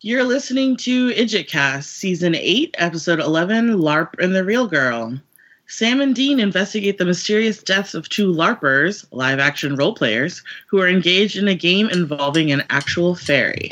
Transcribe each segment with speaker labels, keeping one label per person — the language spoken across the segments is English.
Speaker 1: You're listening to IdgetCast, Season 8, Episode 11 LARP and the Real Girl. Sam and Dean investigate the mysterious deaths of two LARPers, live action role players, who are engaged in a game involving an actual fairy.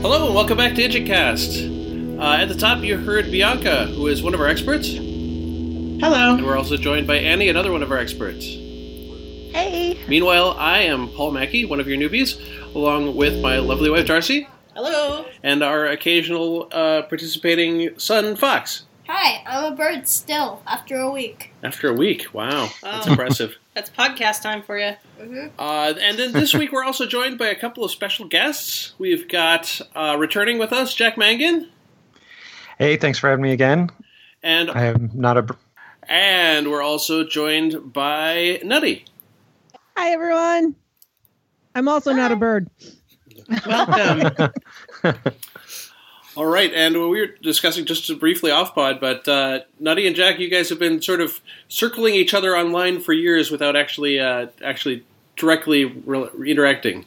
Speaker 2: Hello and welcome back to IdgetCast. Uh, at the top, you heard Bianca, who is one of our experts, and
Speaker 1: Hello.
Speaker 2: we're also joined by Annie, another one of our experts.
Speaker 3: Hey.
Speaker 2: Meanwhile, I am Paul Mackey, one of your newbies, along with my lovely wife Darcy
Speaker 3: Hello.
Speaker 2: and our occasional uh, participating son Fox.
Speaker 4: Hi, I'm a bird still after a week.
Speaker 2: After a week, wow, that's
Speaker 3: Wow.
Speaker 2: impressive.
Speaker 3: That's podcast time for you.
Speaker 4: hmm
Speaker 2: Uh, and then this week, we're also joined by a couple of special guests. We've got uh, returning with us Jack Mangan,
Speaker 5: Hey, thanks for having me again.
Speaker 2: and
Speaker 5: I am not a. br-
Speaker 2: and we're also joined by Nutty.
Speaker 6: Hi, everyone. I'm also not a bird.
Speaker 1: Welcome.
Speaker 2: All right, and we were discussing just briefly off pod, but uh, Nutty and Jack, you guys have been sort of circling each other online for years without actually uh, actually directly re- interacting.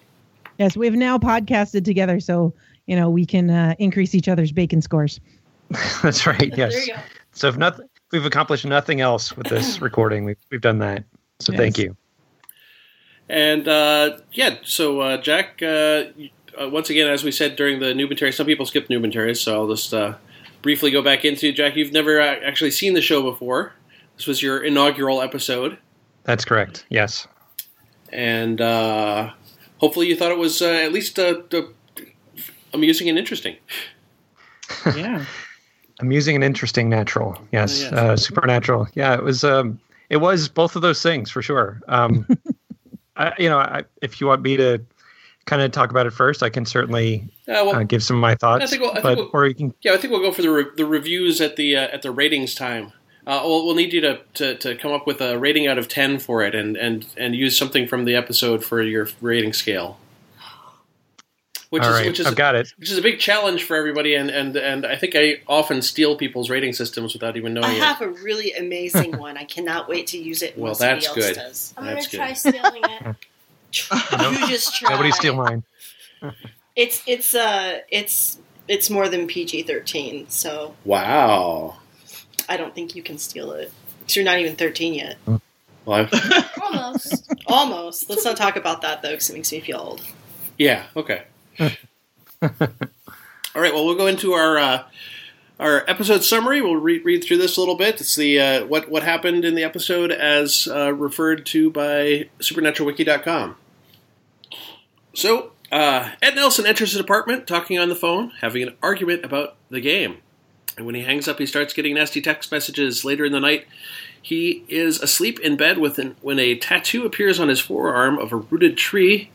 Speaker 6: Yes, we've now podcasted together, so you know we can uh, increase each other's bacon scores.
Speaker 5: That's right.
Speaker 3: There
Speaker 5: Yes.
Speaker 3: you go.
Speaker 5: So if nothing, we've accomplished nothing else with this recording. We've we've done that. So
Speaker 6: Yes.
Speaker 5: thank you.
Speaker 2: And uh, yeah, so uh, Jack, uh, you- uh, once again, as we said during the Numentary, some people skip Numentary, so I'll just uh, briefly go back into Jack. You've never uh, actually seen the show before. This was your inaugural episode.
Speaker 5: That's correct. Yes.
Speaker 2: and uh, hopefully you thought it was uh, at least uh, uh, amusing and interesting.
Speaker 1: yeah.
Speaker 5: Amusing and interesting, natural. Yes.
Speaker 2: yes.
Speaker 5: Uh, supernatural. Yeah. It was. Um, it was both of those things for sure. Um, I, you know, I, if you want me to kind of talk about it first, I can certainly
Speaker 2: Uh, well,
Speaker 5: uh, give some of my thoughts.
Speaker 2: think we'll- I think
Speaker 5: but
Speaker 2: we'll-
Speaker 5: or you can.
Speaker 2: yeah, I think we'll go for the, re- the reviews at the uh, at the ratings time. Uh, we'll, we'll need you to, to, to come up with a rating out of ten for it, and, and, and use something from the episode for your rating scale. Which
Speaker 5: all
Speaker 2: is
Speaker 5: right,
Speaker 2: which is
Speaker 5: I've got it.
Speaker 2: which is a big challenge for everybody, and, and, and I think I often steal people's rating systems without even knowing
Speaker 3: I
Speaker 2: it.
Speaker 3: have a really amazing one. I cannot wait to use it. when
Speaker 2: Well,
Speaker 3: somebody
Speaker 2: that's
Speaker 3: else
Speaker 2: good.
Speaker 3: Does.
Speaker 4: I'm going
Speaker 2: That's
Speaker 4: to
Speaker 2: good.
Speaker 4: try stealing it.
Speaker 3: You just try.
Speaker 5: Nobody steal mine.
Speaker 3: It's it's uh it's it's more than PG thirteen, so
Speaker 2: Wow.
Speaker 3: I don't think you can steal it. 'Cause you're not even thirteen yet.
Speaker 2: Well, I've-
Speaker 4: Almost.
Speaker 3: Almost. Let's not talk about that though, because it makes me feel old.
Speaker 2: Yeah. Okay. All right. Well, we'll go into our uh, our episode summary. We'll re- read through this a little bit. It's the uh, what what happened in the episode as uh, referred to by SupernaturalWiki.com. So uh, Ed Nelson enters his apartment, talking on the phone, having an argument about the game. And when he hangs up, he starts getting nasty text messages later in the night. He is asleep in bed with an, when a tattoo appears on his forearm of a rooted tree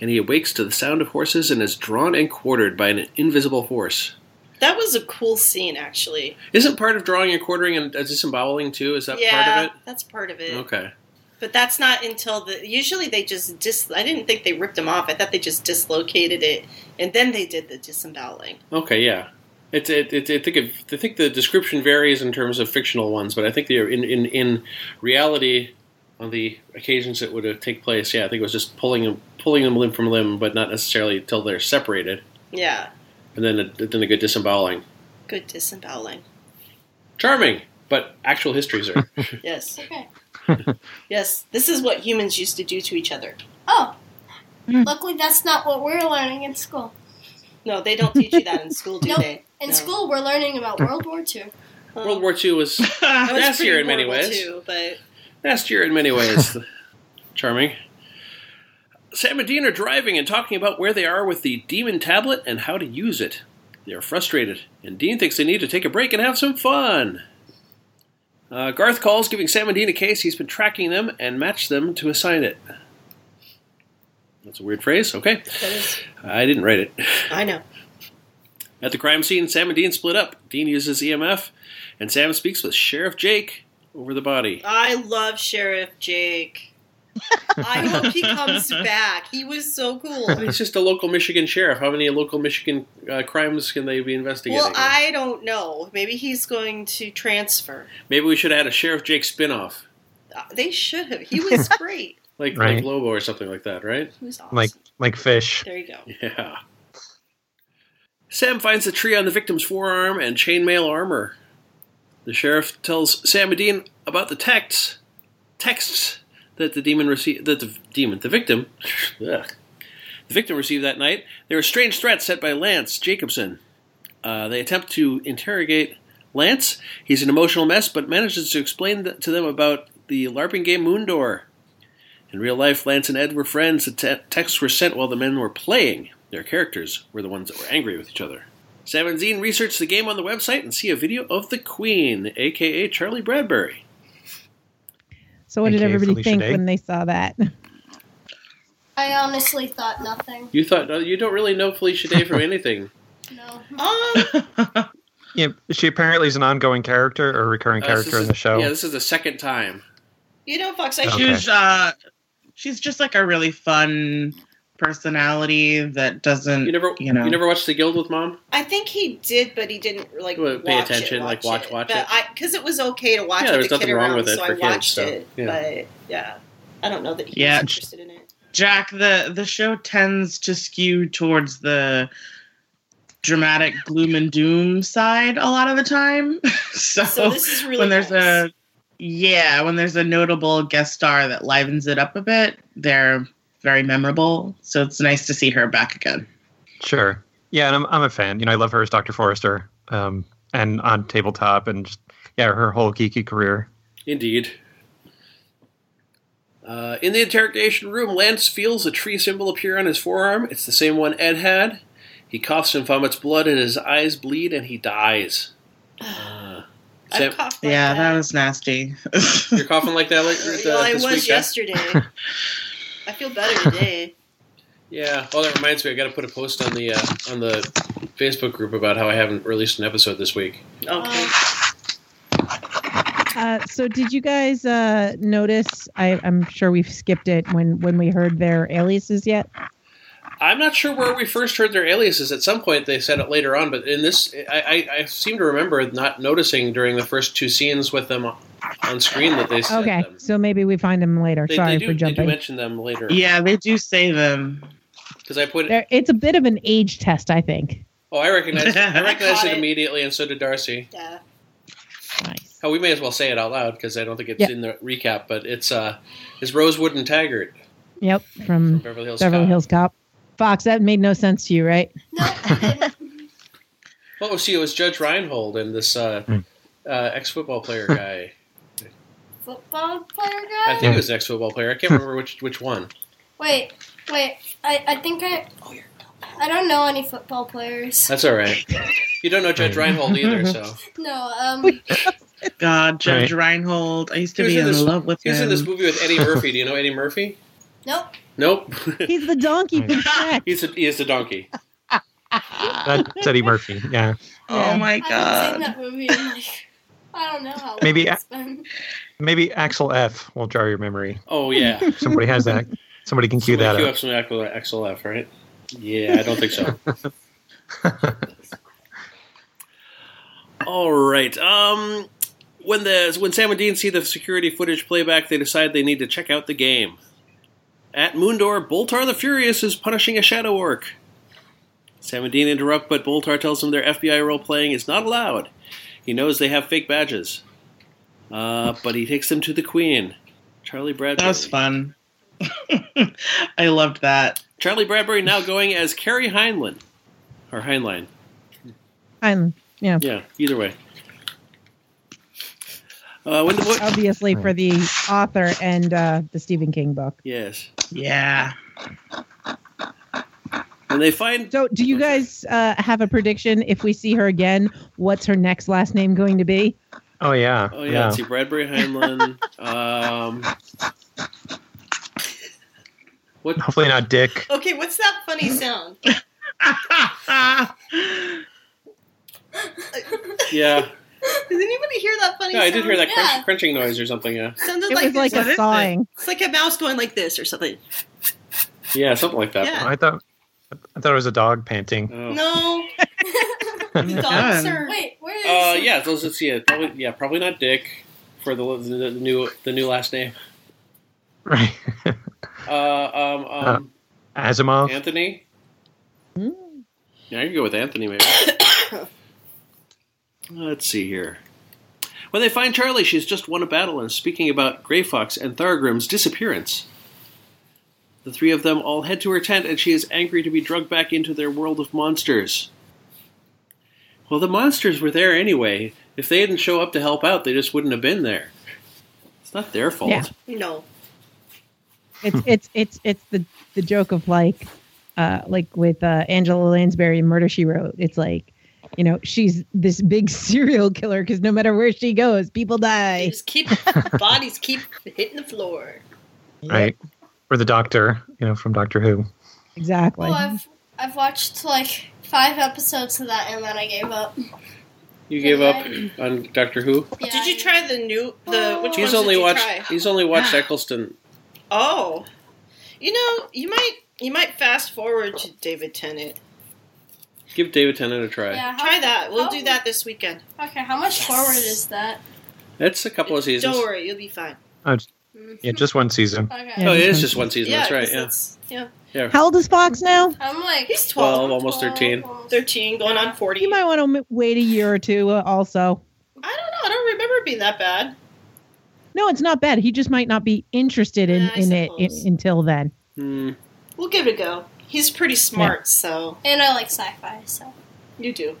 Speaker 2: and he awakes to the sound of horses and is drawn and quartered by an invisible horse.
Speaker 3: That was a cool scene, actually.
Speaker 2: Isn't part of drawing and quartering and uh, disemboweling too? Is that
Speaker 3: yeah,
Speaker 2: part of
Speaker 3: that's part of
Speaker 2: it?
Speaker 3: it.
Speaker 2: Okay.
Speaker 3: But that's not until the. Usually they just dis. I didn't think they ripped them off. I thought they just dislocated it, and then they did the disemboweling.
Speaker 2: Okay. Yeah. It's it, it, I think it, I think the description varies in terms of fictional ones, but I think the in in, in reality on the occasions it would have take place, yeah, I think it was just pulling them pulling them limb from limb, but not necessarily till they're separated,
Speaker 3: Yeah,
Speaker 2: and then a, then a good disemboweling.
Speaker 3: good disemboweling.
Speaker 2: Charming, but actual histories are.
Speaker 3: Yes,
Speaker 4: Okay.
Speaker 3: yes. This is what humans used to do to each other.
Speaker 4: Oh.
Speaker 6: Mm.
Speaker 4: Luckily, that's not what we're learning in school.
Speaker 3: No, they don't teach you that in school, do
Speaker 4: Nope.
Speaker 3: they?
Speaker 4: In
Speaker 3: No.
Speaker 4: school, we're learning about World War II.
Speaker 3: Well,
Speaker 2: World War II was
Speaker 3: that was
Speaker 2: That's here
Speaker 3: pretty
Speaker 2: in many
Speaker 3: horrible,
Speaker 2: ways.
Speaker 3: too, but
Speaker 2: Last year, in many ways. Charming. Sam and Dean are driving and talking about where they are with the demon tablet and how to use it. They are frustrated, and Dean thinks they need to take a break and have some fun. Uh, Garth calls, giving Sam and Dean a case. He's been tracking them and matched them to assign it. That's a weird phrase. Okay.
Speaker 3: That is,
Speaker 2: I didn't write it.
Speaker 3: I know.
Speaker 2: At the crime scene, Sam and Dean split up. Dean uses EMF, and Sam speaks with Sheriff Jake over the body.
Speaker 3: I love Sheriff Jake. I hope he comes back. He was so cool.
Speaker 2: And he's just a local Michigan sheriff. How many local Michigan uh, crimes can they be investigating?
Speaker 3: Well, I don't know. Maybe he's going to transfer.
Speaker 2: Maybe we should have had a Sheriff Jake spinoff,
Speaker 3: Uh, They should have. He was great.
Speaker 2: like like
Speaker 5: Right.
Speaker 2: Lobo or something like that, right?
Speaker 3: He was awesome.
Speaker 5: Like like fish.
Speaker 3: there you go.
Speaker 2: Yeah. Sam finds the tree on the victim's forearm and chainmail armor. The sheriff tells Sam and Dean about the texts texts that the demon received that the demon the victim ugh, the victim received that night. There are strange threats set by Lance Jacobson. Uh, they attempt to interrogate Lance. He's an emotional mess, but manages to explain th- to them about the LARPing game Moondor. In real life, Lance and Ed were friends. The te- texts were sent while the men were playing. Their characters were the ones that were angry with each other. Sam and Zine research the game on the website and see a video of the Queen, aka Charlie Bradbury.
Speaker 6: So what did
Speaker 5: AKA
Speaker 6: everybody
Speaker 5: Felicia
Speaker 6: think
Speaker 5: Day.
Speaker 6: when they saw that?
Speaker 4: I honestly thought nothing.
Speaker 2: You thought no, you don't really know Felicia Day from anything.
Speaker 4: No.
Speaker 3: Um,
Speaker 5: Yeah, she apparently is an ongoing character or recurring
Speaker 2: Uh, this
Speaker 5: character
Speaker 2: is-
Speaker 5: in the show.
Speaker 2: Yeah, this is the second time.
Speaker 3: you know, Fox, I
Speaker 5: Okay.
Speaker 3: should.
Speaker 1: She was, uh, she's just like a really fun personality that doesn't,
Speaker 2: You never
Speaker 1: you know.
Speaker 2: you never watched The Guild with Mom?
Speaker 3: I think he did, but he didn't like
Speaker 2: Well, pay
Speaker 3: watch
Speaker 2: attention,
Speaker 3: it,
Speaker 2: like, watch- watch
Speaker 3: but
Speaker 2: it.
Speaker 3: I because it was okay to watch
Speaker 2: Yeah,
Speaker 3: it.
Speaker 2: there was
Speaker 3: with the
Speaker 2: nothing
Speaker 3: kid
Speaker 2: wrong
Speaker 3: around,
Speaker 2: with it
Speaker 3: so
Speaker 2: for
Speaker 3: I
Speaker 2: kids,
Speaker 3: watched
Speaker 2: so,
Speaker 3: it.
Speaker 2: yeah.
Speaker 3: But yeah, I don't know that he
Speaker 1: Yeah.
Speaker 3: was interested in it.
Speaker 1: Jack, the the show tends to skew towards the dramatic gloom and doom side a lot of the time. so,
Speaker 3: So this is really
Speaker 1: when there's
Speaker 3: nice.
Speaker 1: a yeah, when there's a notable guest star that livens it up a bit, they're very memorable. So it's nice to see her back again.
Speaker 5: Sure. Yeah, and I'm I'm a fan. You know, I love her as Dr. Forrester. Um and on tabletop and just yeah, her whole geeky career.
Speaker 2: Indeed. Uh, in the interrogation room, Lance feels a tree symbol appear on his forearm. It's the same one Ed had. He coughs and vomits blood, and his eyes bleed, and he dies. Uh, Sam,
Speaker 3: I've coughed like
Speaker 1: Yeah,
Speaker 3: that
Speaker 1: that was nasty.
Speaker 2: you're coughing like that like, uh,
Speaker 3: well, I
Speaker 2: this
Speaker 3: was
Speaker 2: week, huh?
Speaker 3: yesterday. I feel better today.
Speaker 2: Yeah. Oh, that reminds me. I got to put a post on the uh, on the Facebook group about how I haven't released an episode this week.
Speaker 3: Okay.
Speaker 4: Um,
Speaker 6: Uh, so did you guys uh, notice? I, I'm sure we've skipped it when when we heard their aliases yet.
Speaker 2: I'm not sure where we first heard their aliases. At some point, they said it later on, but in this, I, I, I seem to remember not noticing during the first two scenes with them on screen that they said
Speaker 6: Okay,
Speaker 2: them.
Speaker 6: so maybe we find them later.
Speaker 2: They,
Speaker 6: Sorry
Speaker 2: they do,
Speaker 6: for
Speaker 2: They do
Speaker 6: jumping.
Speaker 2: mention them later.
Speaker 1: yeah, they do say them.
Speaker 2: Because I put
Speaker 6: There, it's a bit of an age test, I think.
Speaker 2: Oh, I recognized, I
Speaker 1: I
Speaker 2: recognized
Speaker 3: caught
Speaker 2: it
Speaker 3: it.
Speaker 2: immediately, and so did Darcy.
Speaker 3: Yeah.
Speaker 6: Nice.
Speaker 2: Oh, we may as well say it out loud because I don't think it's
Speaker 6: Yeah.
Speaker 2: in the recap. But it's uh, it's Rosewood and Taggart
Speaker 6: Yep,
Speaker 2: from
Speaker 6: from
Speaker 2: Beverly Hills.
Speaker 6: Mm. Beverly
Speaker 2: Cop.
Speaker 6: Hills Cop. Fox, that made no sense to you, right?
Speaker 4: no, I didn't.
Speaker 2: Oh, see, it was Judge Reinhold and this uh,
Speaker 5: Hmm.
Speaker 2: uh, ex football player guy.
Speaker 4: Football player
Speaker 2: I
Speaker 4: guy?
Speaker 2: think it was an ex football player. I can't remember which which one.
Speaker 4: Wait, wait. I, I think I.
Speaker 2: Oh,
Speaker 4: I don't know any football players.
Speaker 2: That's all right. You don't know Judge
Speaker 5: Right.
Speaker 2: Reinhold either, so
Speaker 4: No, um,
Speaker 1: God, Judge Reinhold. I used to
Speaker 2: He was
Speaker 1: be
Speaker 2: in
Speaker 1: in
Speaker 2: this-
Speaker 1: love with
Speaker 2: he was in
Speaker 1: him.
Speaker 2: this movie with Eddie Murphy. Do you know Eddie Murphy?
Speaker 4: nope.
Speaker 2: Nope.
Speaker 6: He's the donkey from Shrek.
Speaker 2: he's a, he is the donkey.
Speaker 5: That's Eddie Murphy. Yeah.
Speaker 1: oh my
Speaker 4: I haven't seen
Speaker 1: god.
Speaker 4: that movie in like. I don't know how long
Speaker 5: Maybe-
Speaker 4: it's been.
Speaker 5: Maybe Axel F will jar your memory.
Speaker 2: Oh yeah.
Speaker 5: Somebody has that. Somebody can cue
Speaker 2: Somebody
Speaker 5: that
Speaker 2: queue
Speaker 5: up.
Speaker 2: up some Axel- Axel F, right? Yeah, I don't think so. All right. Um, when the when Sam and Dean see the security footage playback, they decide they need to check out the game. At Moondor, Boltar the Furious is punishing a Shadow Orc. Sam and Dean interrupt, but Boltar tells them their FBI role playing is not allowed. He knows they have fake badges. Uh, but he takes them to the Queen, Charlie Bradbury.
Speaker 1: That was fun. I loved that.
Speaker 2: Charlie Bradbury now going as Carrie Heinlein. Or Heinlein.
Speaker 6: I'm
Speaker 2: Yeah, either way. Uh, when the boy-
Speaker 6: obviously for the author and uh, the Stephen King book.
Speaker 2: yes.
Speaker 1: Yeah.
Speaker 2: When they find.
Speaker 6: So, do you guys uh, have a prediction if we see her again? What's her next last name going to be?
Speaker 5: Oh yeah.
Speaker 2: Oh, yeah, let's see. Bradbury Heinlein. um, What?
Speaker 5: Hopefully not Dick.
Speaker 3: Okay, what's that funny sound?
Speaker 2: Yeah,
Speaker 3: Does anybody hear that funny
Speaker 2: yeah,
Speaker 3: Oh,
Speaker 2: I
Speaker 3: sound?
Speaker 2: did hear that crunch,
Speaker 4: Yeah.
Speaker 2: crunching noise or something. Yeah,
Speaker 3: Sounded
Speaker 6: It was
Speaker 1: what
Speaker 6: like a
Speaker 1: is it?
Speaker 6: sawing.
Speaker 3: it's like a mouse going like this or something.
Speaker 2: yeah, something like that.
Speaker 3: Yeah.
Speaker 5: I thought I thought it was a dog panting.
Speaker 2: Oh.
Speaker 3: No, the dogs
Speaker 1: Yeah.
Speaker 3: are.
Speaker 4: Wait, where is?
Speaker 2: Uh, yeah, so let's see. It. Probably, yeah, probably not Dick for the, the, the new the new last name.
Speaker 5: Right.
Speaker 2: Uh, um, um,
Speaker 5: Asimov.
Speaker 2: Anthony. Hmm.
Speaker 6: Mm.
Speaker 2: Yeah, I can go with Anthony maybe. Let's see here. When they find Charlie, she's just won a battle and is speaking about Grey Fox and Thargrim's disappearance. The three of them all head to her tent, and she is angry to be drugged back into their world of monsters. Well, the monsters were there anyway. If they didn't show up to help out, they just wouldn't have been there. It's not their fault.
Speaker 6: Yeah.
Speaker 3: No,
Speaker 6: It's it's it's it's the the joke of like, uh, like with uh, Angela Lansbury in Murder She Wrote. It's like, you know, she's this big serial killer because no matter where she goes, people
Speaker 3: they
Speaker 6: die.
Speaker 3: just keep bodies keep hitting the floor.
Speaker 5: Right. Or the doctor, you know, from Doctor Who.
Speaker 6: Exactly.
Speaker 4: Well, I've I've watched like five episodes of that and then I gave up.
Speaker 2: You gave up on Doctor Who.
Speaker 4: Yeah,
Speaker 3: did you
Speaker 4: I-
Speaker 3: try the new the which
Speaker 2: He's
Speaker 3: ones
Speaker 2: only
Speaker 3: did you
Speaker 2: watched.
Speaker 3: try? Ah.
Speaker 2: He's only watched Eccleston.
Speaker 3: Oh, you know you might you might fast forward to David Tennant.
Speaker 2: Give David Tennant a try.
Speaker 4: Yeah, how-
Speaker 3: Try that. We'll
Speaker 4: how-
Speaker 3: do that this weekend.
Speaker 4: Okay, how much
Speaker 3: Yes.
Speaker 4: forward is that?
Speaker 2: That's a couple of seasons.
Speaker 3: Don't worry, you'll be fine.
Speaker 5: Yeah, just one season.
Speaker 4: Okay.
Speaker 6: Yeah.
Speaker 2: Oh, it is
Speaker 6: just
Speaker 2: just one season.
Speaker 3: Mm. yeah,
Speaker 2: that's right.
Speaker 3: 'cause
Speaker 2: Yeah.
Speaker 3: yeah.
Speaker 6: How old is Fox now?
Speaker 4: I'm like
Speaker 3: He's 12,
Speaker 2: 12, almost 13.
Speaker 4: almost-
Speaker 3: thirteen, going on forty.
Speaker 6: You might want to wait a year or two. Uh, also,
Speaker 3: I don't know. I don't remember it being that bad.
Speaker 6: no, it's not bad. He just might not be interested in
Speaker 3: Yeah, I
Speaker 6: in it in,
Speaker 3: suppose.
Speaker 6: until then.
Speaker 2: Hmm.
Speaker 3: We'll give it a go. He's pretty smart, so
Speaker 4: And I like sci-fi, so
Speaker 3: you do.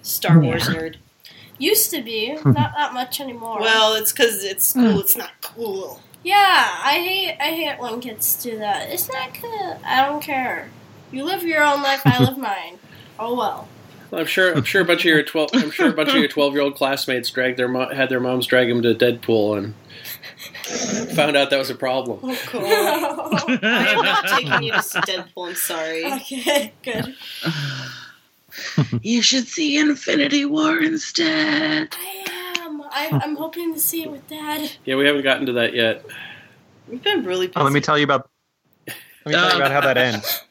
Speaker 3: Star
Speaker 6: Yeah.
Speaker 3: Wars nerd.
Speaker 4: used to be not that much anymore.
Speaker 3: Well, it's because it's cool.
Speaker 2: Mm.
Speaker 3: It's not cool.
Speaker 4: yeah, I hate I hate when kids do that. It's not good. I don't care. You live your own life. I live mine. Oh well.
Speaker 2: I'm sure. I'm sure a bunch of your twelve. I'm sure a bunch of your twelve-year-old classmates dragged their mo- had their moms drag him to Deadpool and found out that was a problem.
Speaker 3: Oh, cool. I'm not taking you to Deadpool. I'm sorry.
Speaker 4: okay, good.
Speaker 1: you should see Infinity War instead.
Speaker 4: I am. I, I'm hoping to see it with Dad.
Speaker 2: Yeah, we haven't gotten to that yet.
Speaker 3: We've been really busy.
Speaker 5: Oh, let me tell you about. Let me tell you about how that ends.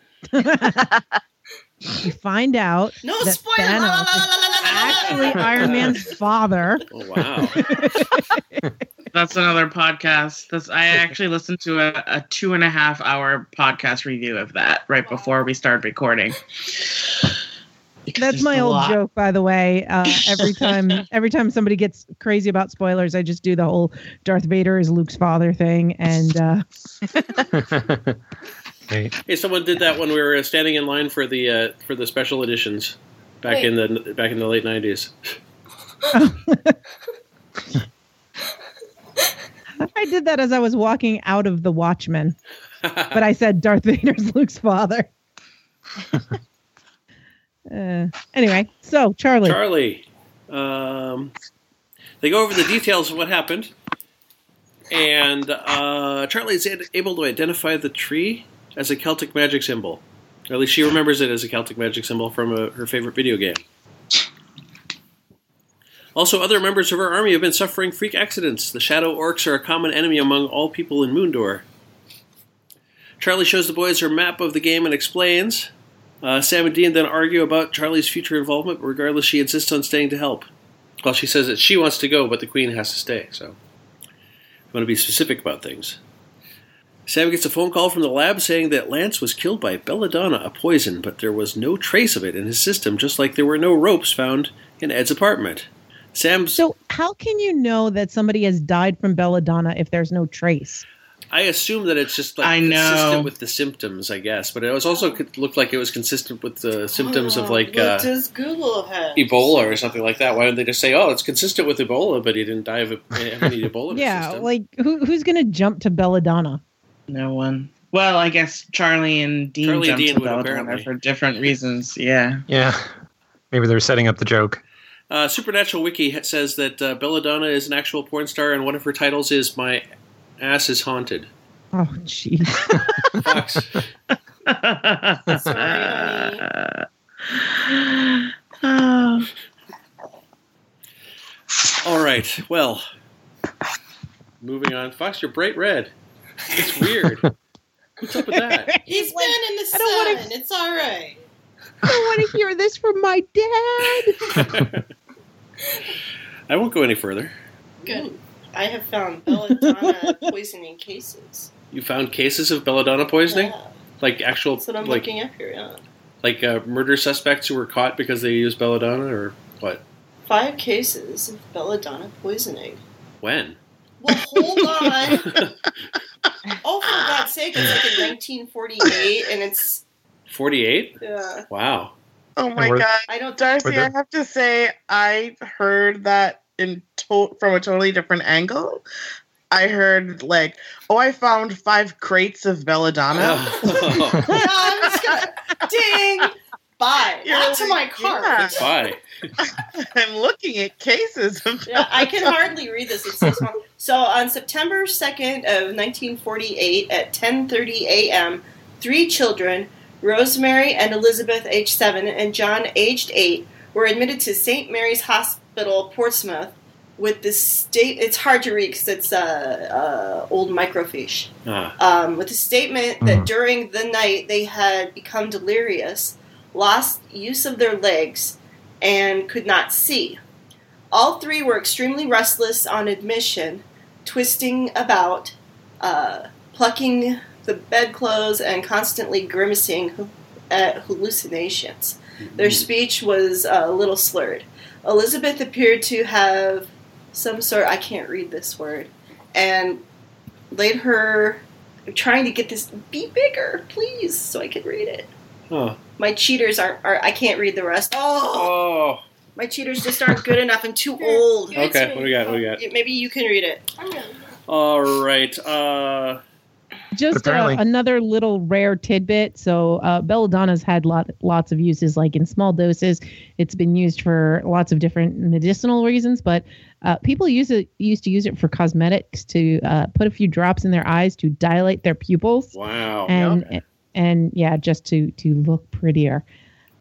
Speaker 6: you find out
Speaker 3: no
Speaker 6: that
Speaker 3: spoiler.
Speaker 6: Thanos
Speaker 3: La, la, la, la, la, la, la,
Speaker 6: is
Speaker 3: la.
Speaker 6: actually Iron Man's father.
Speaker 2: Oh, wow.
Speaker 1: That's another podcast. That's I actually listened to a, a two and a half hour podcast review of that right
Speaker 4: Wow.
Speaker 1: before we started recording. Because
Speaker 6: That's
Speaker 1: there's
Speaker 6: my
Speaker 1: a
Speaker 6: old
Speaker 1: lot.
Speaker 6: joke, by the way. Uh, every time, every time somebody gets crazy about spoilers, I just do the whole Darth Vader is Luke's father thing, and uh,
Speaker 5: Right.
Speaker 2: hey, someone did that when we were uh, standing in line for the uh, for the special editions back in the back in the late '90s.
Speaker 6: I did that as I was walking out of the Watchmen. But I said Darth Vader's Luke's father. uh, anyway, so Charlie,
Speaker 2: Charlie. Um, they go over the details of what happened, and uh, Charlie is ad- able to identify the tree as a Celtic magic symbol. Or at least she remembers it as a Celtic magic symbol from a, her favorite video game. Also, other members of her army have been suffering freak accidents. The shadow orcs are a common enemy among all people in Moondor. Charlie shows the boys her map of the game and explains. Uh, Sam and Dean then argue about Charlie's future involvement. but Regardless, she insists on staying to help. Well, she says that she wants to go, but the Queen has to stay. So, I want to be specific about things. Sam gets a phone call from the lab saying that Lance was killed by belladonna, a poison, but there was no trace of it in his system, just like there were no ropes found in Ed's apartment. Sam's,
Speaker 6: so how can you know that somebody has died from belladonna if there's no trace?
Speaker 2: I assume that it's just like
Speaker 1: I know.
Speaker 2: consistent with the symptoms, I guess, but it was also could look like it was consistent with the symptoms of like
Speaker 3: Oh, What
Speaker 2: uh,
Speaker 3: does Google have?
Speaker 2: Ebola or something like that. Why don't they just say, "Oh, it's consistent with Ebola, but he didn't die of a- of any Ebola"? in his
Speaker 6: Yeah,
Speaker 2: system.
Speaker 6: like who, who's going to jump to belladonna?
Speaker 1: No one. Well, I guess Charlie and Dean
Speaker 2: Charlie and
Speaker 1: jumped
Speaker 2: Dean
Speaker 1: to
Speaker 2: would
Speaker 1: Belladonna
Speaker 2: apparently.
Speaker 1: for different reasons. Yeah.
Speaker 5: Yeah. Maybe they're setting up the joke.
Speaker 2: uh, Supernatural Wiki ha- says that uh, Belladonna is an actual porn star, and one of her titles is "My Ass Is Haunted."
Speaker 6: Oh, jeez.
Speaker 2: Fox.
Speaker 1: Sorry, honey. Oh,
Speaker 2: All right. Well, moving on. Fox, you're bright red. It's weird. What's up with that?
Speaker 3: He's been in the
Speaker 6: I don't
Speaker 3: sun.
Speaker 6: wanna-
Speaker 3: It's all right.
Speaker 6: I don't want to hear this from my dad.
Speaker 2: I won't go any further.
Speaker 3: Good. I have found belladonna poisoning cases.
Speaker 2: You found cases of belladonna poisoning,
Speaker 3: Yeah,
Speaker 2: like actual,
Speaker 3: that's what I'm
Speaker 2: like
Speaker 3: looking up here. Yeah.
Speaker 2: like uh, murder suspects who were caught because they used belladonna, or what?
Speaker 3: Five cases of belladonna poisoning.
Speaker 2: When?
Speaker 3: Well, hold on. oh, for God's sake, it's like in 1948, and it's
Speaker 2: Forty-eight.
Speaker 3: yeah.
Speaker 2: Wow.
Speaker 7: Oh my
Speaker 5: we're-
Speaker 7: god,
Speaker 3: I don't.
Speaker 7: Darcy!
Speaker 5: there-
Speaker 7: I have to say, I heard that in to- from a totally different angle. I heard like, oh, I found five crates of belladonna.
Speaker 2: Oh,
Speaker 3: No, I'm just gonna ding. Bye.
Speaker 7: You're
Speaker 3: Not to my
Speaker 7: like,
Speaker 3: cart.
Speaker 7: yeah.
Speaker 2: Bye.
Speaker 7: I'm looking at cases of
Speaker 3: Yeah, I can hardly read this. It's so small. So on September 2nd of 1948 at 10:30 a.m., three children, Rosemary and Elizabeth aged 7 and John aged 8, were admitted to St. Mary's Hospital, Portsmouth with the state it's hard to read cuz it's uh, uh, old microfiche
Speaker 2: Ah,
Speaker 3: um, with a statement that
Speaker 5: Mhm.
Speaker 3: during the night they had become delirious, lost use of their legs, and could not see. All three were extremely restless on admission, twisting about, uh, plucking the bedclothes, and constantly grimacing at hallucinations. Their speech was uh, a little slurred. Elizabeth appeared to have some sort I can't read this word and laid her I'm trying to get this be bigger, please, so I can read it.
Speaker 2: Hmm. Huh.
Speaker 3: My cheaters aren't are I can't read the rest. Oh
Speaker 2: Oh.
Speaker 3: my cheaters just aren't good enough and too old.
Speaker 4: Here,
Speaker 2: Okay.
Speaker 4: it's me.
Speaker 2: What do we got? What do we got?
Speaker 3: Maybe you can read it.
Speaker 4: I'm really
Speaker 2: All right. Uh,
Speaker 6: Just uh,
Speaker 5: apparently-
Speaker 6: another little rare tidbit. So uh, belladonna's had lot, lots of uses, like in small doses. It's been used for lots of different medicinal reasons, but uh, people use it used to use it for cosmetics to uh, put a few drops in their eyes to dilate their pupils
Speaker 2: wow.
Speaker 6: and and yeah, just to to look prettier,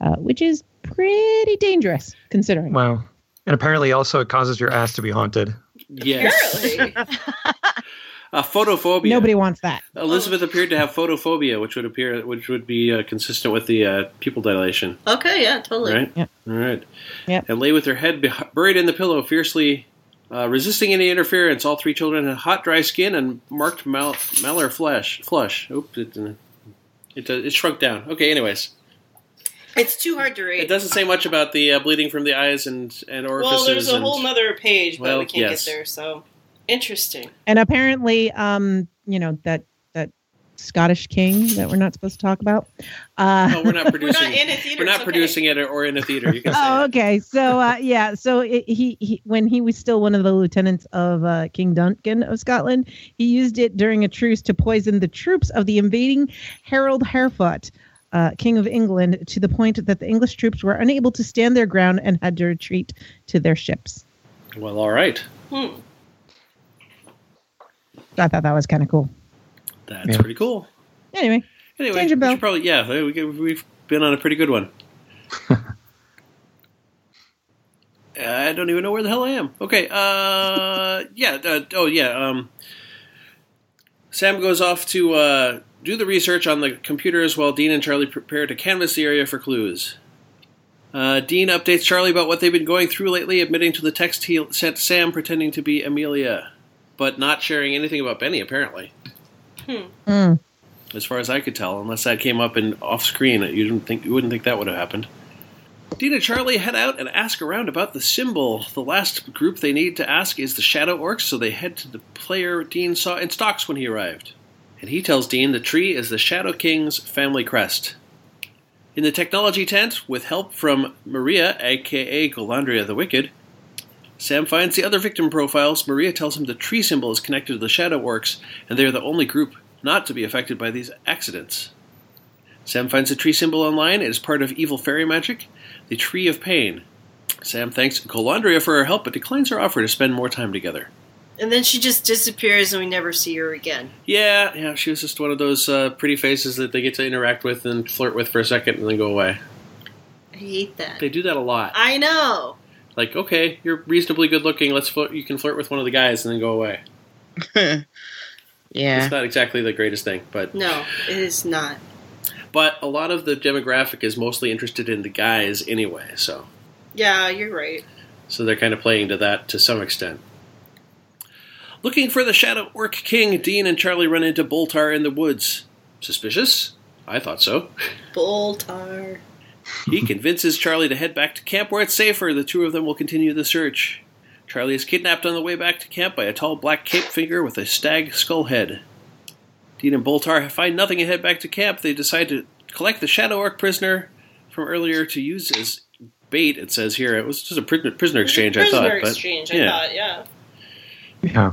Speaker 6: uh, which is pretty dangerous considering.
Speaker 5: Wow. And apparently, also, it causes your ass to be haunted.
Speaker 2: Yes.
Speaker 3: Apparently.
Speaker 2: Uh, photophobia.
Speaker 6: Nobody wants that.
Speaker 2: Elizabeth appeared to have photophobia, which would appear, which would be uh, consistent with the uh, pupil dilation,
Speaker 3: okay, yeah, totally.
Speaker 2: right?
Speaker 6: Yep.
Speaker 2: All right.
Speaker 6: Yep.
Speaker 2: And lay with her head beh buried in the pillow, fiercely uh, resisting any interference. All three children had hot, dry skin and marked mal- malar flesh. Flush. Oops, it didn't. It, does- it shrunk down. Okay. Anyways,
Speaker 3: It's too hard to
Speaker 2: it
Speaker 3: read.
Speaker 2: doesn't say much about the uh, bleeding from the eyes and and orifices.
Speaker 3: Well, there's a
Speaker 2: and-
Speaker 3: whole nother page, but
Speaker 2: Well,
Speaker 3: we can't
Speaker 2: yes.
Speaker 3: get there, so interesting.
Speaker 6: And apparently, um, you know that that Scottish king that we're not supposed to talk about. Uh,
Speaker 2: Oh, we're not
Speaker 3: We're
Speaker 2: producing.
Speaker 3: not in a theater.
Speaker 2: we're not
Speaker 3: it's okay.
Speaker 2: producing it or in a theater. You can say
Speaker 6: oh,
Speaker 2: it.
Speaker 6: okay. So uh, yeah, so it, he, he when he was still one of the lieutenants of uh, King Duncan of Scotland, he used it during a truce to poison the troops of the invading Harold Harefoot, uh, King of England, to the point that the English troops were unable to stand their ground and had to retreat to their ships.
Speaker 2: Well, all right.
Speaker 3: Hmm.
Speaker 6: I thought that was kind of cool.
Speaker 2: That's
Speaker 5: Yeah.
Speaker 2: pretty cool.
Speaker 6: Anyway,
Speaker 2: Anyway,
Speaker 6: Ginger
Speaker 2: we
Speaker 6: Bell.
Speaker 2: should probably yeah, we, could- we've been on a pretty good one. Uh, I don't even know where the hell I am. Okay, uh, yeah, uh, oh yeah. Um, Sam goes off to uh, do the research on the computers while Dean and Charlie prepare to canvass the area for clues. Uh, Dean updates Charlie about what they've been going through lately, admitting to the text he sent Sam pretending to be Amelia, but not sharing anything about Benny apparently
Speaker 6: Mm.
Speaker 2: as far as I could tell, unless that came up in off screen. You didn't think you wouldn't think that would have happened. Dean and Charlie head out and ask around about the symbol. The last group they need to ask is the Shadow Orcs, so they head to the player Dean saw in stocks when he arrived. And he tells Dean the tree is the Shadow King's family crest. In the technology tent, with help from Maria, aka Golandria the Wicked, Sam finds the other victim profiles. Maria tells him the tree symbol is connected to the Shadow Orcs, and they are the only group not to be affected by these accidents. Sam finds the tree symbol online. It is part of evil fairy magic, the Tree of Pain. Sam thanks Colandria for her help, but declines her offer to spend more time together.
Speaker 8: And then she just disappears and we never see her again.
Speaker 2: Yeah, yeah, she was just one of those uh, pretty faces that they get to interact with and flirt with for a second and then go away.
Speaker 8: I hate that.
Speaker 2: They do that a lot.
Speaker 8: I know.
Speaker 2: Like, okay, you're reasonably good looking. Let's flirt. You can flirt with one of the guys and then go away.
Speaker 7: yeah.
Speaker 2: It's not exactly the greatest thing, but
Speaker 8: No, it is not.
Speaker 2: but a lot of the demographic is mostly interested in the guys anyway. So
Speaker 8: Yeah, you're right.
Speaker 2: so they're kind of playing to that to some extent. Looking for the Shadow Orc King, Dean and Charlie run into Boltar in the woods. Suspicious? I thought so.
Speaker 8: Boltar.
Speaker 2: He convinces Charlie to head back to camp where it's safer. The two of them will continue the search. Charlie is kidnapped on the way back to camp by a tall black cape figure with a stag skull head. Dean and Boltar find nothing and head back to camp. They decide to collect the Shadow Orc prisoner from earlier to use as bait, it says here. It was just a prisoner, prisoner exchange, I thought.
Speaker 4: Prisoner
Speaker 2: but-
Speaker 4: exchange,
Speaker 2: yeah.
Speaker 4: I thought, yeah.
Speaker 5: Yeah.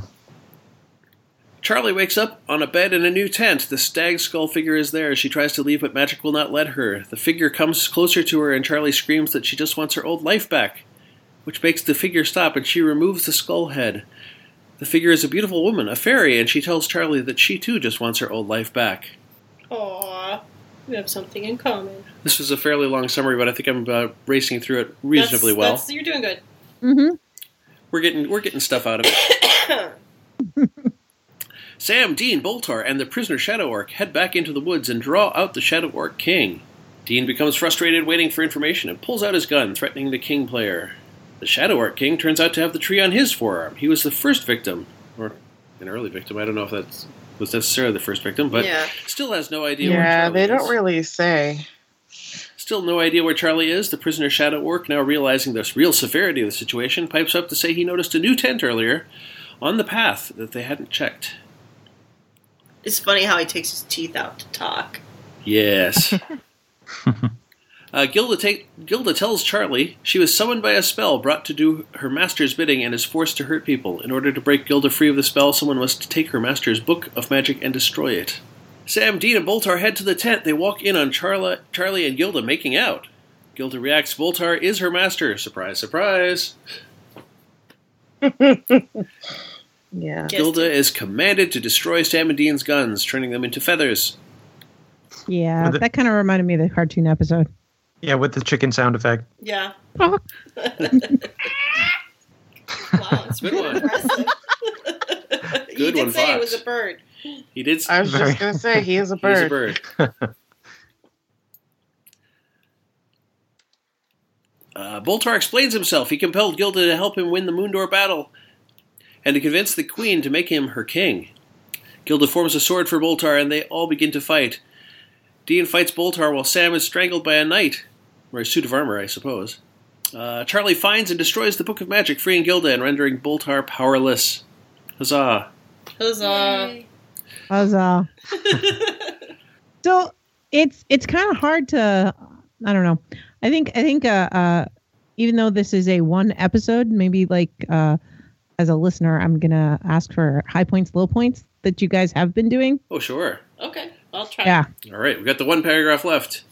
Speaker 2: Charlie wakes up on a bed in a new tent. The stag skull figure is there. She tries to leave, but magic will not let her. The figure comes closer to her, and Charlie screams that she just wants her old life back, which makes the figure stop, and she removes the skull head. The figure is a beautiful woman, a fairy, and she tells Charlie that she too just wants her old life back.
Speaker 4: Aw, we have something in common.
Speaker 2: This was a fairly long summary, but I think I'm uh, racing through it reasonably
Speaker 4: That's-
Speaker 2: well.
Speaker 4: that's- you're doing good.
Speaker 6: Mm-hmm.
Speaker 2: We're getting we're getting stuff out of it. Sam, Dean, Boltar, and the prisoner Shadow Orc head back into the woods and draw out the Shadow Orc King. Dean becomes frustrated waiting for information and pulls out his gun, threatening the King player. The Shadow Orc King turns out to have the tree on his forearm. He was the first victim, or an early victim. I don't know if that was necessarily the first victim, but
Speaker 8: yeah.
Speaker 2: still has no idea. where
Speaker 7: Yeah,
Speaker 2: Charlie
Speaker 7: they don't
Speaker 2: is.
Speaker 7: really say.
Speaker 2: Still no idea where Charlie is, the prisoner Shadow Orc, now realizing the real severity of the situation, pipes up to say he noticed a new tent earlier on the path that they hadn't checked.
Speaker 8: It's funny how he takes his teeth out to talk.
Speaker 2: Yes. uh, Gilda, ta- Gilda tells Charlie she was summoned by a spell brought to do her master's bidding and is forced to hurt people. In order to break Gilda free of the spell, someone must take her master's book of magic and destroy it. Sam, Dean, and Boltar head to the tent. They walk in on Charla- Charlie and Gilda making out. Gilda reacts, Boltar is her master. Surprise, surprise.
Speaker 7: Yeah.
Speaker 8: Guess-
Speaker 2: Gilda is commanded to destroy Sam and Dean's guns, turning them into feathers.
Speaker 6: Yeah,
Speaker 5: With it-
Speaker 6: that kind of reminded me of the cartoon episode.
Speaker 5: Yeah, with the chicken sound effect.
Speaker 4: Yeah.
Speaker 6: Oh.
Speaker 4: wow, it's
Speaker 2: Good
Speaker 4: really
Speaker 2: one.
Speaker 4: impressive.
Speaker 2: Good
Speaker 3: you did
Speaker 2: one,
Speaker 3: say
Speaker 2: Fox.
Speaker 3: it was a bird.
Speaker 2: He did.
Speaker 7: I was
Speaker 5: Very-
Speaker 7: just gonna say he is a
Speaker 2: He's a
Speaker 7: bird.
Speaker 2: bird. uh, Boltar explains himself. He compelled Gilda to help him win the Moondor battle and to convince the queen to make him her king. Gilda forms a sword for Boltar and they all begin to fight. Dean fights Boltar while Sam is strangled by a knight, or a suit of armor, I suppose. Uh, Charlie finds and destroys the Book of Magic, freeing Gilda and rendering Boltar powerless. Huzzah!
Speaker 8: Huzzah.
Speaker 4: Yay.
Speaker 6: Huzzah. uh, so it's it's kind of hard to I don't know. I think I think uh, uh even though this is a one episode, maybe like uh as a listener, I'm gonna ask for high points, low points that you guys have been doing.
Speaker 2: Oh, sure.
Speaker 4: Okay, I'll try.
Speaker 6: Yeah.
Speaker 2: All right, we've got the one paragraph left.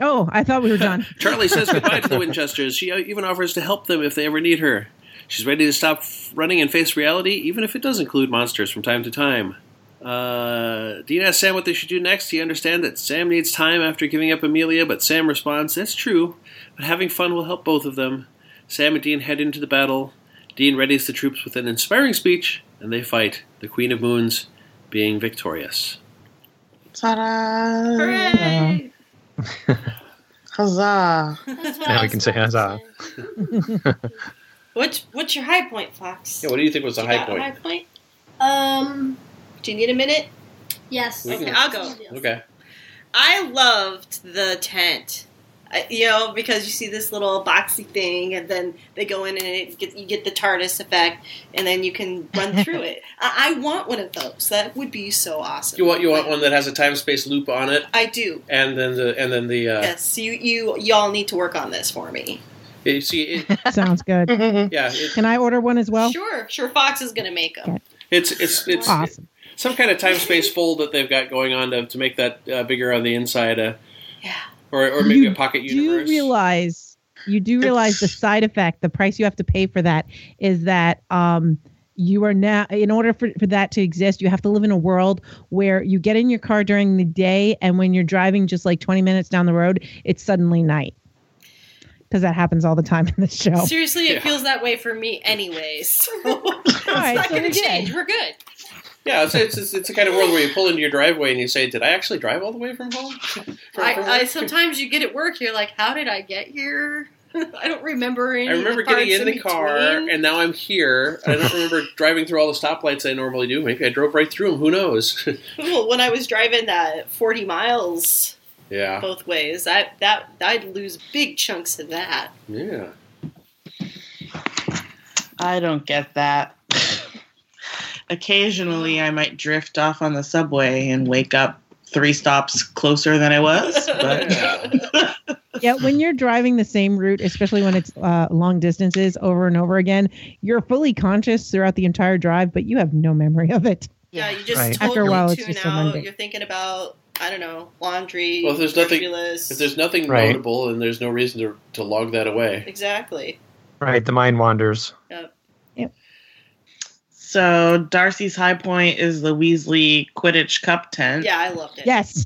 Speaker 6: Oh, I thought we were done.
Speaker 2: Charlie says goodbye to the Winchesters. She uh, even offers to help them if they ever need her. She's ready to stop f- running and face reality, even if it does include monsters from time to time. Uh, Dean asks Sam what they should do next. He understands that Sam needs time after giving up Amelia, but Sam responds, That's true, but having fun will help both of them. Sam and Dean head into the battle. Dean readies the troops with an inspiring speech, and they fight, the Queen of Moons being victorious.
Speaker 7: Ta-da!
Speaker 8: Hooray.
Speaker 7: Huzzah!
Speaker 4: That's what
Speaker 5: Now
Speaker 4: I
Speaker 5: we can
Speaker 4: was
Speaker 5: say
Speaker 4: about to
Speaker 5: huzzah.
Speaker 4: say.
Speaker 8: What's what's your high point, Fox?
Speaker 2: do you think was the
Speaker 8: You got a high point?
Speaker 4: Um,
Speaker 8: Do you need a minute?
Speaker 4: yes.
Speaker 2: We can-
Speaker 8: Okay, I'll go.
Speaker 2: Okay.
Speaker 8: I loved the tent. I, you know, because you see this little boxy thing, and then they go in and it gets, you get the TARDIS effect, and then you can run through it. I, I want one of those. That would be so awesome.
Speaker 2: You want you want one that has a time space loop on it,
Speaker 8: I do.
Speaker 2: and then the and then the uh,
Speaker 8: Yes, you you y'all need to work on this for me.
Speaker 2: you see it,
Speaker 6: Sounds good.
Speaker 2: yeah it,
Speaker 6: Can I order one as well?
Speaker 8: sure, sure. Fox is gonna make them.
Speaker 2: it's it's it's
Speaker 6: Awesome.
Speaker 2: some kind of time space fold that they've got going on to, to make that uh, bigger on the inside uh,
Speaker 8: Yeah.
Speaker 2: or or maybe
Speaker 6: You
Speaker 2: a pocket
Speaker 6: Do you
Speaker 2: universe
Speaker 6: realize you do realize the
Speaker 7: It's-
Speaker 6: side effect, the price you have to pay for that is that um you are now in order for, for that to exist you have to live in a world where you get in your car during the day and when you're driving just like 20 minutes down the road it's suddenly night because that happens all the time in this show
Speaker 8: Seriously, it
Speaker 2: Yeah.
Speaker 8: feels that way for me, anyways. So it's
Speaker 6: oh. all right
Speaker 8: not
Speaker 6: so
Speaker 8: going
Speaker 6: we
Speaker 8: to change.
Speaker 6: did
Speaker 8: We're good.
Speaker 2: Yeah, it's, it's, it's, it's the kind of world where you pull into your driveway and you say, "Did I actually drive all the way from home?" From- from work?
Speaker 8: I, I sometimes you get at work, you're like, "How did I get here?" I don't remember any.
Speaker 2: I remember
Speaker 8: of the
Speaker 2: getting
Speaker 8: parts
Speaker 2: in the car,
Speaker 8: between.
Speaker 2: and now I'm here. I don't remember driving through all the stoplights I normally do. Maybe I drove right through them. Who knows?
Speaker 8: Well, when I was driving that 40 miles
Speaker 2: yeah,
Speaker 8: both ways, I that I'd lose big chunks of that.
Speaker 2: yeah.
Speaker 1: I don't get that. Occasionally, I might drift off on the subway and wake up three stops closer than I was. But
Speaker 2: Yeah.
Speaker 6: yeah when you're driving the same route especially when it's uh, long distances over and over again you're fully conscious throughout the entire drive but you have no memory of it
Speaker 8: Yeah, you just
Speaker 5: Right.
Speaker 8: totally
Speaker 6: After a while, it's
Speaker 8: tune
Speaker 6: just a
Speaker 8: out.
Speaker 6: Monday.
Speaker 8: You're thinking about I don't know laundry.
Speaker 2: Well, if there's nothing-
Speaker 8: turbulence.
Speaker 2: If there's nothing
Speaker 5: Right.
Speaker 2: notable, and there's no reason to, to log that away.
Speaker 8: exactly.
Speaker 5: Right, the mind wanders.
Speaker 1: so Darcy's high point is the Weasley Quidditch Cup tent.
Speaker 8: Yeah, I loved it.
Speaker 6: yes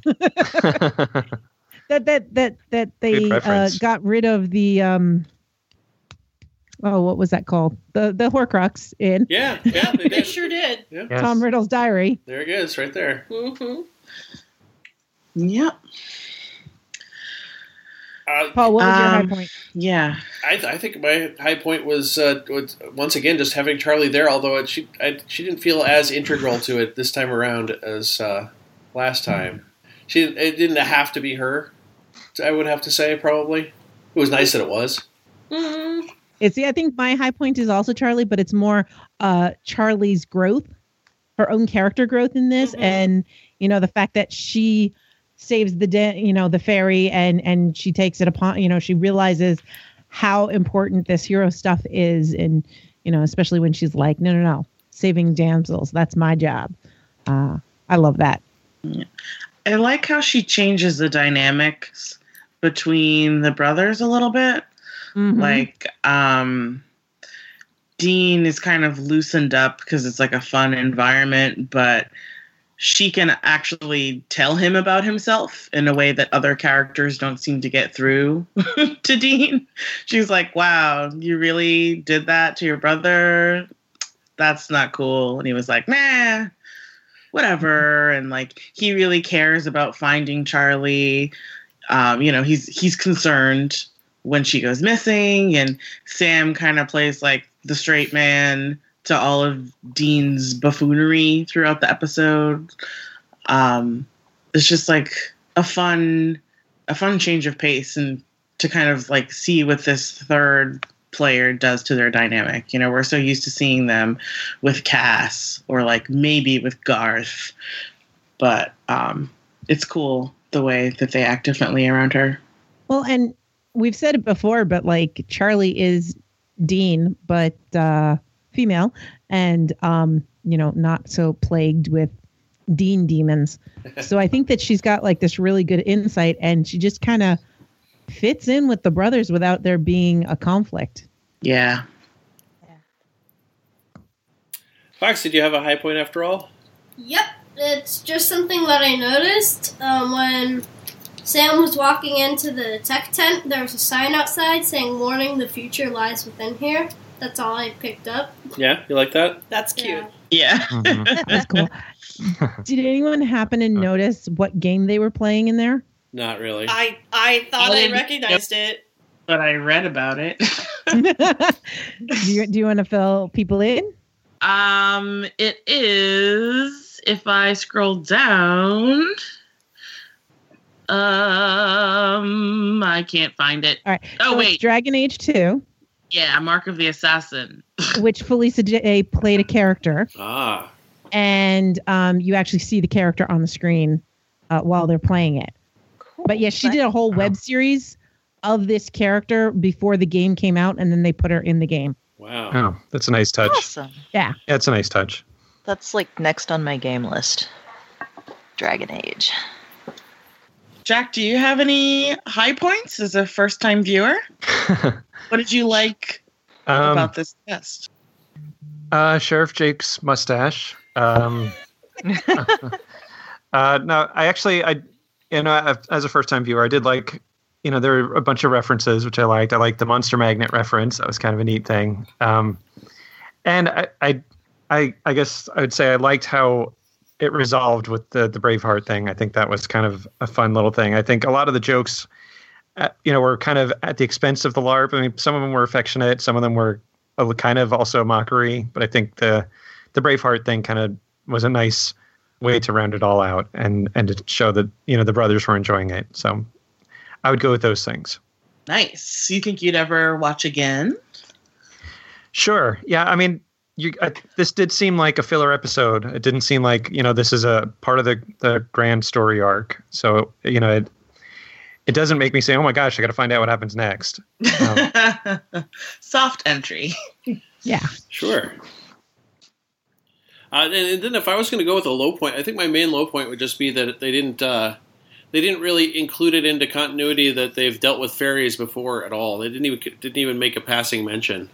Speaker 6: that that that that they
Speaker 5: Good
Speaker 6: uh,
Speaker 5: reference.
Speaker 6: got rid of the um oh what was that called the the horcrux in
Speaker 2: Yeah, yeah, they
Speaker 8: they
Speaker 2: did.
Speaker 8: sure did.
Speaker 5: Yes.
Speaker 6: tom riddle's diary
Speaker 2: There it is, right there.
Speaker 8: hmm
Speaker 1: Yep.
Speaker 2: Uh,
Speaker 6: paul what was your high
Speaker 1: Um,
Speaker 6: point
Speaker 1: Yeah.
Speaker 2: I, I think my high point was, uh, was once again just having Charlie there. Although it, she I, she didn't feel as integral to it this time around as uh, last time. She it didn't have to be her. I would have to say probably. It was nice that it was.
Speaker 8: hmm
Speaker 6: it's see i think my high point is also charlie but it's more uh charlie's growth her own character growth in this
Speaker 8: Mhm.
Speaker 6: and you know the fact that she saves the day you know the fairy and and she takes it upon you know she realizes how important this hero stuff is and you know especially when she's like no no no saving damsels that's my job uh i love that
Speaker 1: I like how she changes the dynamics between the brothers a little bit. Mm-hmm.
Speaker 6: Mhm.
Speaker 1: like um dean is kind of loosened up because it's like a fun environment but she can actually tell him about himself in a way that other characters don't seem to get through to dean she's like wow you really did that to your brother that's not cool and he was like nah whatever and like he really cares about finding charlie um, you know he's he's concerned when she goes missing and sam kind of plays like the straight man to all of dean's buffoonery throughout the episode um, it's just like a fun a fun change of pace and to kind of like see what this third player does to their dynamic you know we're so used to seeing them with cass or like maybe with garth but um, it's cool the way that they act differently around her
Speaker 6: Well, and we've said it before, but like Charlie is Dean, but uh, female, and um, you know, not so plagued with Dean demons. so I think that she's got like this really good insight, and she just kind of fits in with the brothers without there being a conflict.
Speaker 1: yeah
Speaker 2: Fox, did you have a high point after all?
Speaker 4: Yep, it's just something that I noticed um, when Sam was walking into the tech tent. There was a sign outside saying, "Warning: The future lies within here." That's all I picked up.
Speaker 2: Yeah, you like that?
Speaker 8: That's cute.
Speaker 1: Yeah.
Speaker 4: Yeah.
Speaker 5: Mhm.
Speaker 6: That was cool. Did anyone happen to notice what game they were playing in there?
Speaker 2: Not really.
Speaker 8: I I thought
Speaker 1: Well,
Speaker 8: I
Speaker 1: then-
Speaker 8: recognized it.
Speaker 1: But I read about it.
Speaker 6: do you, do you want to fill people in?
Speaker 1: um, it is if I scroll down. Um, I can't find it.
Speaker 6: All right.
Speaker 1: Oh
Speaker 6: So it's
Speaker 1: wait,
Speaker 6: Dragon Age Two.
Speaker 1: yeah, Mark of the Assassin.
Speaker 6: which Felicia J eh, played a character,
Speaker 2: ah,
Speaker 6: and um, you actually see the character on the screen uh, while they're playing it. But yeah, she did a whole web series of this character before the game came out, and then they put her in the game.
Speaker 2: wow.
Speaker 5: Oh, that's a nice touch.
Speaker 9: Awesome.
Speaker 5: Yeah, it's a nice touch.
Speaker 9: That's like next on my game list. Dragon Age.
Speaker 1: Jack, do you have any high points as a first time viewer? What did you like
Speaker 5: um,
Speaker 1: about this test?
Speaker 5: Uh, Sheriff Jake's mustache. Um, uh, no, I actually, I, you know, I- as a first-time viewer, I did like, you know, there were a bunch of references which I liked. I liked the Monster Magnet reference. That was kind of a neat thing. Um, and I, I, I, I guess I would say I liked how it resolved with the the Braveheart thing. I think that was kind of a fun little thing. I think a lot of the jokes, uh, you know, were kind of at the expense of the LARP. I mean, some of them were affectionate, some of them were a, kind of also a mockery. But I think the the Braveheart thing kind of was a nice way to round it all out and and to show that you know the brothers were enjoying it. So I would go with those things.
Speaker 1: Nice. You think you'd ever watch again?
Speaker 5: Sure. Yeah. I mean, you, I, this did seem like a filler episode. It didn't seem like you know this is a part of the the grand story arc. So you know it it doesn't make me say, oh my gosh, I got to find out what happens next. Um,
Speaker 1: Soft entry.
Speaker 6: Yeah.
Speaker 2: Sure. Uh, and, and then if I was going to go with a low point, I think my main low point would just be that they didn't uh, they didn't really include it into continuity that they've dealt with fairies before at all. They didn't even didn't even make a passing mention.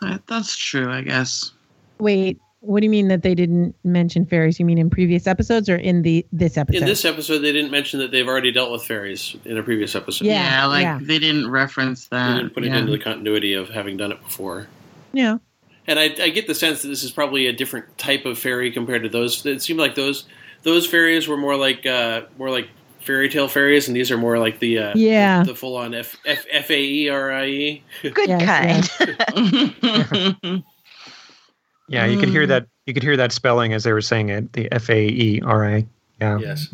Speaker 1: Uh, That's true, I guess.
Speaker 6: Wait, what do you mean that they didn't mention fairies? You mean in previous episodes or in the this episode?
Speaker 2: In this episode, they didn't mention that they've already dealt with fairies in a previous episode.
Speaker 6: Yeah,
Speaker 1: like
Speaker 6: yeah.
Speaker 1: they didn't reference
Speaker 2: They
Speaker 1: that.
Speaker 2: didn't put it
Speaker 1: yeah.
Speaker 2: into the continuity of having done it before.
Speaker 6: yeah.
Speaker 2: And I, I get the sense that this is probably a different type of fairy compared to those. It seemed like those those fairies were more like uh, more like fairy tale fairies, and these are more like the uh,
Speaker 6: Yeah.
Speaker 2: the full on F F F A E R I E.
Speaker 9: Good
Speaker 6: Yes,
Speaker 9: kind.
Speaker 5: yeah, you could hear
Speaker 6: Mm.
Speaker 5: that. You could hear that spelling as they were saying it. The F A E R A. Yeah.
Speaker 2: Yes.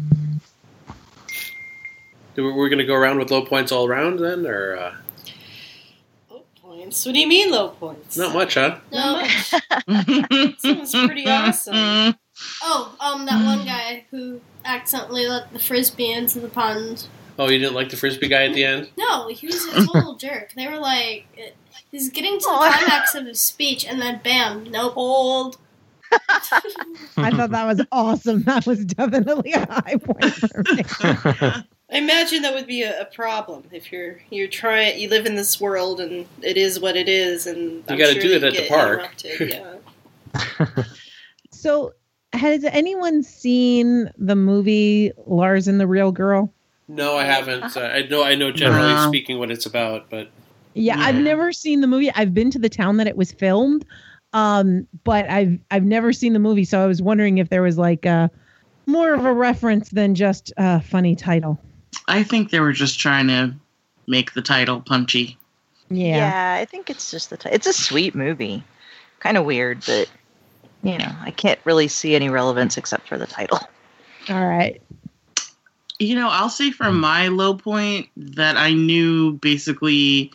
Speaker 2: Do we- We're going to go around with low points all around then, or uh,
Speaker 8: Low points. What do you mean low points?
Speaker 2: not much, huh?
Speaker 4: No.
Speaker 8: Not much. Sounds pretty awesome.
Speaker 4: Oh, um, that one guy who accidentally let the frisbee into the pond.
Speaker 2: Oh, you didn't like the frisbee guy at the end?
Speaker 4: No, he was a total jerk. They were like, eh, he's getting to the
Speaker 9: Aw.
Speaker 4: climax of his speech, and then bam, no
Speaker 8: Old.
Speaker 6: I thought that was awesome. That was definitely a high point for me.
Speaker 8: I imagine that would be a, a problem if you're you're trying you live in this world and it is what it is and
Speaker 2: You
Speaker 8: I'm
Speaker 2: gotta
Speaker 8: sure
Speaker 2: do
Speaker 8: you
Speaker 2: it at the
Speaker 8: get
Speaker 2: park.
Speaker 8: interrupted, Yeah.
Speaker 6: So, has anyone seen the movie Lars and the Real Girl?
Speaker 2: No, I haven't. Uh, I know, I know. Generally
Speaker 1: No.
Speaker 2: speaking, what it's about, but
Speaker 6: Yeah, I've
Speaker 1: Yeah.
Speaker 6: never seen the movie. I've been to the town that it was filmed, um, but I've I've never seen the movie. So I was wondering if there was like a more of a reference than just a funny title.
Speaker 1: I think they were just trying to make the title punchy.
Speaker 6: Yeah.
Speaker 9: Yeah. I think it's just the. T- it's a sweet movie. Kind of weird, but you know, I can't really see any relevance except for the title.
Speaker 6: All right.
Speaker 1: You know, I'll say from my low point that I knew basically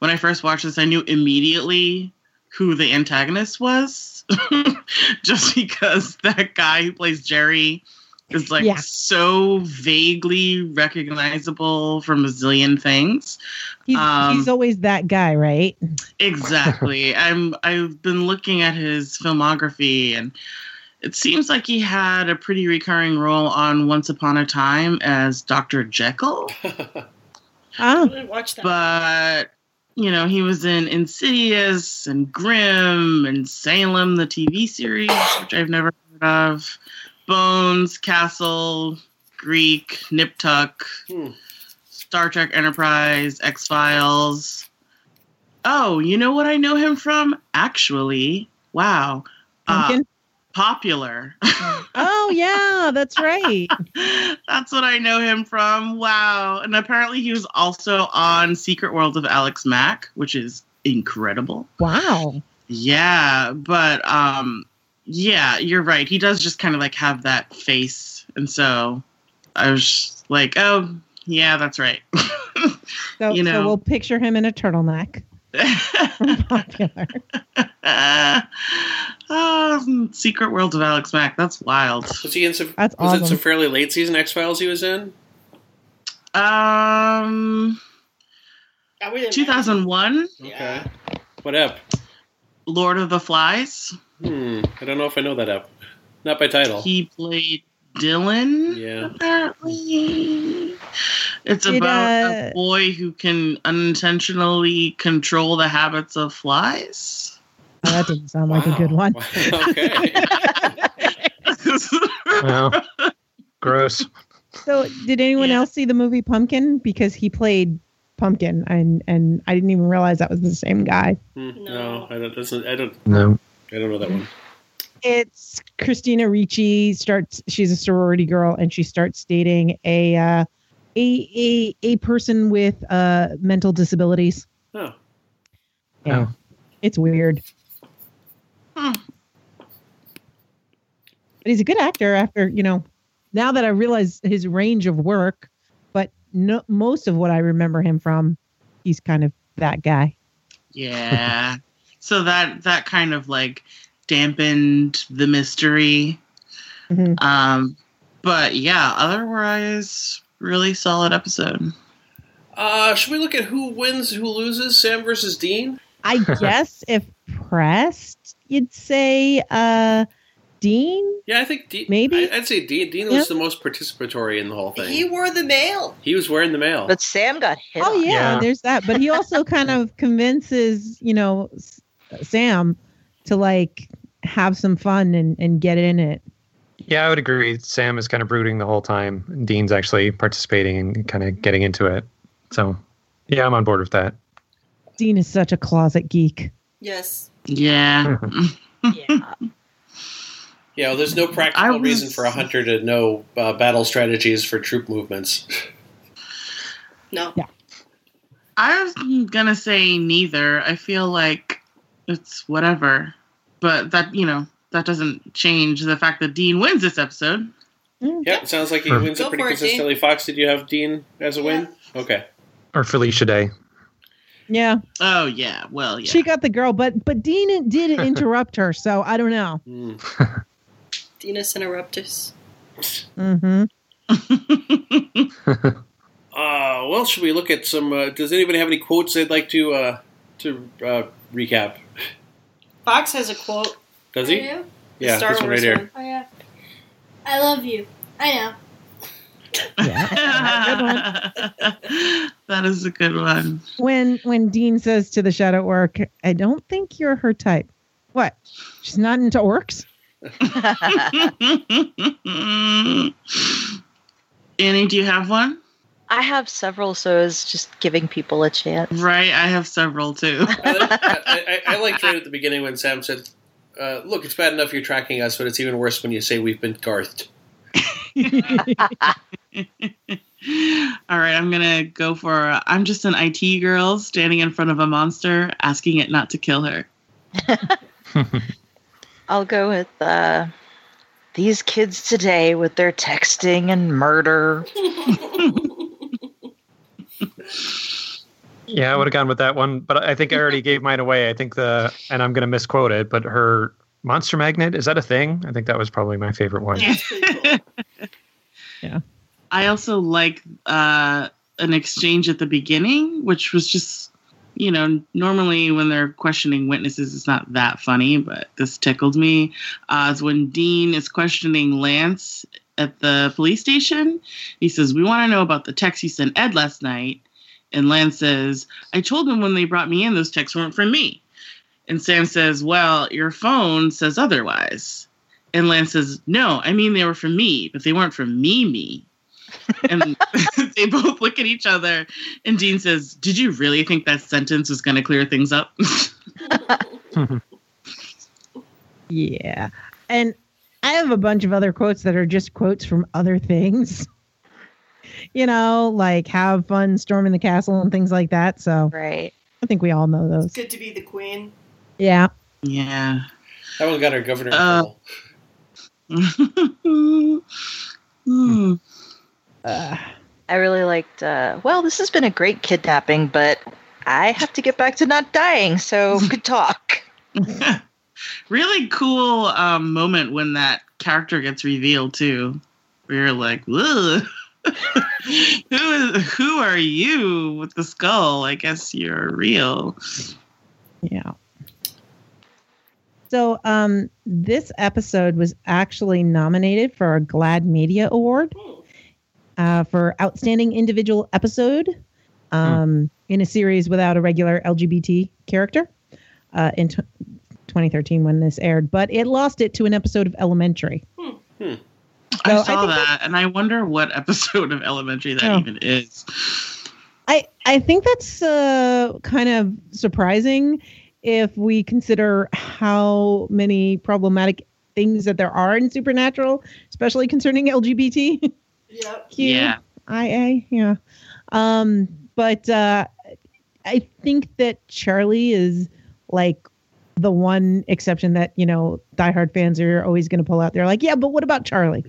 Speaker 1: when I first watched this, I knew immediately who the antagonist was, just because that guy who plays Jerry is like
Speaker 6: Yeah.
Speaker 1: so vaguely recognizable from a zillion things.
Speaker 6: He's,
Speaker 1: Um,
Speaker 6: he's always that guy, right?
Speaker 1: Exactly. I'm I've been looking at his filmography and it seems like he had a pretty recurring role on Once Upon a Time as Dr. Jekyll,
Speaker 8: I
Speaker 1: uh,
Speaker 6: Oh,
Speaker 8: wouldn't watch that.
Speaker 1: but you know, he was in Insidious and Grimm and Salem the TV series, which I've never heard of. Bones, Castle, Greek, Nip Tuck,
Speaker 2: Hmm.
Speaker 1: Star Trek Enterprise, X Files. Oh, you know what I know him from? Actually, wow. Uh,
Speaker 6: Pumpkin.
Speaker 1: popular.
Speaker 6: oh yeah, that's right.
Speaker 1: That's what I know him from. Wow. And apparently he was also on Secret World of Alex Mack, which is incredible.
Speaker 6: Wow.
Speaker 1: Yeah, but um yeah, you're right. He does just kind of like have that face. And so I was just like, "Oh, yeah, that's right."
Speaker 6: So,
Speaker 1: You know.
Speaker 6: so we'll picture him in a turtleneck. Popular.
Speaker 1: um, Secret World of Alex Mack. That's wild.
Speaker 2: was he in some?
Speaker 6: That's
Speaker 2: was it
Speaker 6: awesome.
Speaker 2: some fairly late season X Files he was in?
Speaker 1: Um
Speaker 8: I wouldn't
Speaker 1: 2001
Speaker 8: Yeah.
Speaker 2: Okay. What up?
Speaker 1: Lord of the Flies.
Speaker 2: Hmm. I don't know if I know that up. Not by title.
Speaker 1: He played Dylan.
Speaker 2: Yeah.
Speaker 1: Apparently. It's
Speaker 6: Did,
Speaker 1: about
Speaker 6: uh,
Speaker 1: a boy who can unintentionally control the habits of flies.
Speaker 6: that didn't sound like a good
Speaker 2: Wow.
Speaker 6: one.
Speaker 2: okay.
Speaker 5: Wow. Gross.
Speaker 6: So, did anyone
Speaker 1: Yeah.
Speaker 6: else see the movie Pumpkin? Because he played Pumpkin, and and I didn't even realize that was the same guy.
Speaker 2: Hmm,
Speaker 8: No.
Speaker 2: no, I don't. That's not, I don't.
Speaker 5: No.
Speaker 2: I don't know that one.
Speaker 6: It's Christina Ricci starts. She's a sorority girl, and she starts dating a uh, a a a person with uh, mental disabilities.
Speaker 2: Oh,
Speaker 6: Yeah, it's weird.
Speaker 9: Hmm.
Speaker 6: But he's a good actor. After you know, now that I realize his range of work, but no, most of what I remember him from, he's kind of that guy.
Speaker 1: Yeah. so that that kind of like dampened the mystery.
Speaker 6: Mhm.
Speaker 1: Um but yeah, otherwise really solid episode.
Speaker 2: uh, should we look at who wins, who loses? Sam versus Dean.
Speaker 6: I guess if pressed, you'd say uh Dean.
Speaker 2: Yeah, I think Dean.
Speaker 6: Maybe.
Speaker 2: I, I'd say Dean. Dean
Speaker 6: Yeah.
Speaker 2: was the most participatory in the whole thing.
Speaker 8: He
Speaker 2: He,
Speaker 8: wore the mail.
Speaker 2: was wearing the mail.
Speaker 9: But Sam got hit.
Speaker 6: Oh
Speaker 9: on.
Speaker 6: yeah,
Speaker 5: Yeah.
Speaker 6: there's that. But he also kind of convinces, you know, S- Sam to like have some fun and and get in it.
Speaker 5: Yeah, I would agree. Sam is kind of brooding the whole time. and Dean's actually participating and kind of getting into it. So, yeah, I'm on board with that.
Speaker 6: Dean is such a closet geek.
Speaker 8: Yes.
Speaker 1: Yeah.
Speaker 9: yeah.
Speaker 2: Yeah, well, there's no
Speaker 1: I
Speaker 2: practical
Speaker 1: was-
Speaker 2: reason for a hunter to know uh, battle strategies for troop movements.
Speaker 8: No.
Speaker 1: I was gonna say neither. I feel like it's whatever. But that you know, that doesn't change the fact that Dean wins this episode.
Speaker 2: Yeah, it sounds like he
Speaker 5: Sure.
Speaker 2: wins
Speaker 8: Go
Speaker 2: it pretty
Speaker 8: for it, Dean.
Speaker 2: consistently. Fox, did you have Dean as a win? Okay.
Speaker 5: Or Felicia Day.
Speaker 6: Yeah,
Speaker 1: Oh yeah, well yeah.
Speaker 6: she got the girl, but but Dean did interrupt her, so I don't know.
Speaker 2: Hmm.
Speaker 8: Dinas interruptus.
Speaker 6: Mm-hmm.
Speaker 2: Uh, well, should we look at some? Uh, does anybody have any quotes they'd like to uh, to uh, recap?
Speaker 8: Fox has a quote.
Speaker 2: Does
Speaker 4: I
Speaker 8: Uh,
Speaker 2: he?
Speaker 4: do?
Speaker 8: The
Speaker 2: Yeah,
Speaker 8: Star
Speaker 2: this one right
Speaker 8: Wars
Speaker 2: here.
Speaker 8: one.
Speaker 4: Oh yeah. I love you. I know.
Speaker 1: that is a good one.
Speaker 6: When when Dean says to the shadow orc, "I don't think you're her type." What? She's not into orcs.
Speaker 1: Annie, do you have one?
Speaker 9: I have several, so it's just giving people a chance.
Speaker 1: Right, I have several too.
Speaker 2: I, I, I liked right at the beginning when Sam said, uh, "Look, it's bad enough you're tracking us, but it's even worse when you say we've been garthed."
Speaker 1: All right, I'm gonna go for. uh, I'm just an IT girl standing in front of a monster, asking it not to kill her.
Speaker 9: I'll go with uh, these kids today with their texting and murder.
Speaker 5: Yeah, I would have gone with that one, but I think I already gave mine away. I think the, and I'm going to misquote it, but her monster magnet, is that a thing? I think that was probably my favorite one.
Speaker 1: Yeah.
Speaker 8: That's pretty cool.
Speaker 1: I also like uh, an exchange at the beginning, which was just, you know, normally when they're questioning witnesses, it's not that funny, but this tickled me. Uh, is when Dean is questioning Lance at the police station. He says, We want to know about the text you sent Ed last night. And Lance says, I told him when they brought me in, those texts weren't from me. And Sam says, Well, your phone says otherwise. And Lance says, No, I mean they were from me, but they weren't from me, me and they both look at each other and dean says did you really think that sentence was going to clear things up
Speaker 6: Yeah. And I have a bunch of other quotes that are just quotes from other things. You know, like have fun storming the castle and things like that. So
Speaker 9: Right.
Speaker 6: I think we all know
Speaker 8: It's
Speaker 6: those.
Speaker 8: good to be the queen.
Speaker 6: Yeah.
Speaker 1: yeah
Speaker 2: That one got our governor. in
Speaker 1: Uh,
Speaker 2: trouble.
Speaker 1: Hmm.
Speaker 6: Uh,
Speaker 9: I really liked, uh, well, this has been a great kidnapping, but I have to get back to not dying, so good talk.
Speaker 1: really cool um, moment when that character gets revealed too we were like "Whoa." who is who are you with the skull i guess you're real
Speaker 6: yeah. So um, this episode was actually nominated for a GLAD Media Award.
Speaker 8: Hmm.
Speaker 6: uh, for outstanding individual episode um, in a series without a regular LGBT character uh, in t- 2013 when this aired, but it lost it to an episode of Elementary.
Speaker 1: I
Speaker 6: No, I
Speaker 1: saw
Speaker 6: think
Speaker 1: that, and I wonder what episode of Elementary that
Speaker 6: Oh.
Speaker 1: even is.
Speaker 6: I I think that's uh, kind of surprising if we consider how many problematic things that there are in Supernatural, especially concerning LGBTQ.
Speaker 8: Yep.
Speaker 1: Yeah,
Speaker 6: IA, yeah. Um, but uh, I think that Charlie is like the one exception that you know diehard fans are always going to pull out. They're like, yeah, but what about Charlie?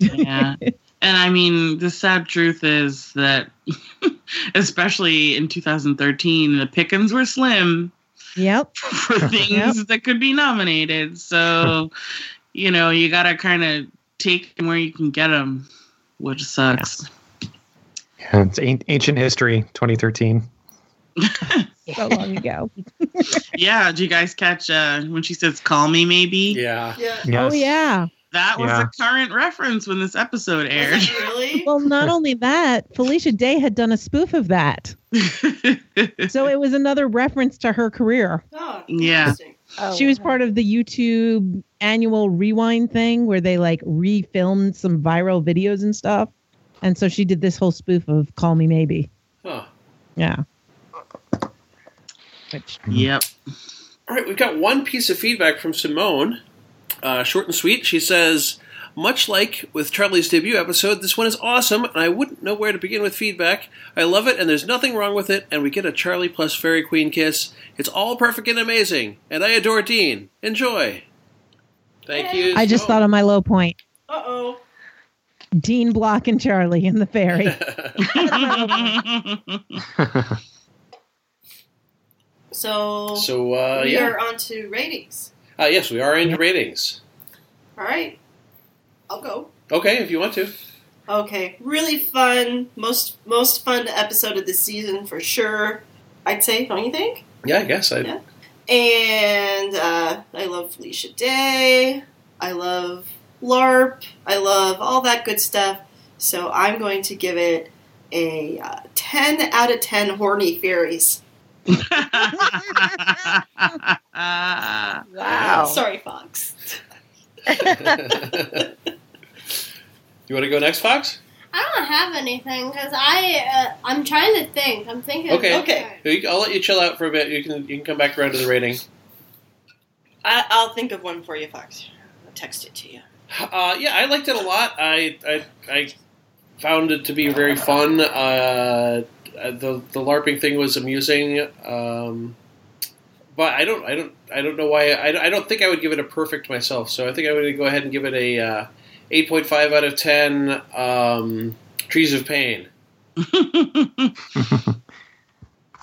Speaker 1: yeah. and I mean, the sad truth is that, especially in 2013, the pickings were slim
Speaker 6: Yep.
Speaker 1: for things that could be nominated. So, you know, you got to kind of take 'em where you can get them, which sucks.
Speaker 5: Yeah, it's an- ancient history, 2013.
Speaker 6: So long ago.
Speaker 1: Yeah. Did you guys catch uh, when she says, call me maybe?
Speaker 2: Yeah.
Speaker 8: Yeah.
Speaker 5: Yes.
Speaker 6: Oh yeah.
Speaker 1: That was
Speaker 5: Yeah.
Speaker 1: the current reference when this episode aired.
Speaker 8: Was it really?
Speaker 6: Well, not only that, Felicia Day had done a spoof of that, so it was another reference to her career.
Speaker 8: Oh,
Speaker 1: Yeah.
Speaker 8: interesting.
Speaker 9: Oh,
Speaker 6: she was part of the YouTube annual rewind thing where they like refilmed some viral videos and stuff. And so she did this whole spoof of Call Me Maybe.
Speaker 2: Huh.
Speaker 6: Yeah. Which
Speaker 1: yep.
Speaker 2: All right, we've got one piece of feedback from Simone. Uh, short and sweet. She says, much like with Charlie's debut episode, this one is awesome, and I wouldn't know where to begin with feedback. I love it, and there's nothing wrong with it, and we get a Charlie plus Fairy Queen kiss. It's all perfect and amazing, and I adore Dean. Enjoy. Thank you.
Speaker 6: I just thought
Speaker 2: Simone.
Speaker 6: of my low point.
Speaker 8: Uh oh.
Speaker 6: Dean Block and Charlie and the fairy.
Speaker 8: So,
Speaker 2: so, uh,
Speaker 8: we
Speaker 2: yeah.
Speaker 8: are on to ratings.
Speaker 2: Uh, yes, we are into ratings.
Speaker 8: All right. I'll go.
Speaker 2: Okay, if you want to.
Speaker 8: Okay, really fun. Most most fun episode of the season for sure. I'd say, don't you think?
Speaker 2: Yeah, I guess. I,
Speaker 8: Yeah. And uh, I love Felicia Day. I love LARP. I love all that good stuff. So I'm going to give it a uh, 10 out of 10 horny fairies.
Speaker 9: Wow.
Speaker 8: Sorry, Fox.
Speaker 2: you want to go next, Fox?
Speaker 4: I don't have anything because I uh, I'm trying to think. I'm thinking.
Speaker 2: Okay.
Speaker 8: Okay.
Speaker 2: You- I'll let you chill out for a bit. You can you can come back around to the rating.
Speaker 8: I- I'll think of one for you, Fox. I'll text it to you.
Speaker 2: Uh, yeah, I liked it a lot. I I, I found it to be very fun. Uh, the the LARPing thing was amusing. Um, but I don't I don't I don't know why I, I don't think I would give it a perfect myself. So I think I'm going to go ahead and give it a uh, 8.5 out of 10. Um, Trees of Pain.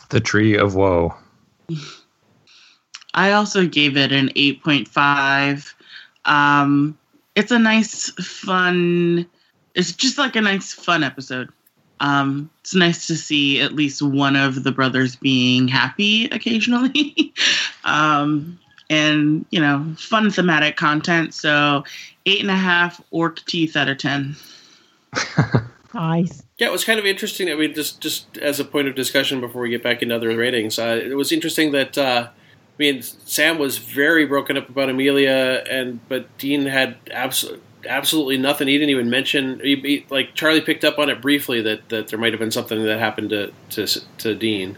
Speaker 5: The Tree of Woe.
Speaker 1: I also gave it an 8.5. Um, it's a nice, fun. It's just like a nice, fun episode. Um, it's nice to see at least one of the brothers being happy occasionally. um, and, you know, fun thematic content. So, eight and a half orc teeth out of 10.
Speaker 6: Nice.
Speaker 2: Yeah, it was kind of interesting. I mean, just just as a point of discussion before we get back into other ratings, uh, it was interesting that uh, I mean Sam was very broken up about Amelia, and but Dean had absolutely absolutely nothing. He didn't even mention. He, he, like Charlie picked up on it briefly that, that there might have been something that happened to to, to Dean,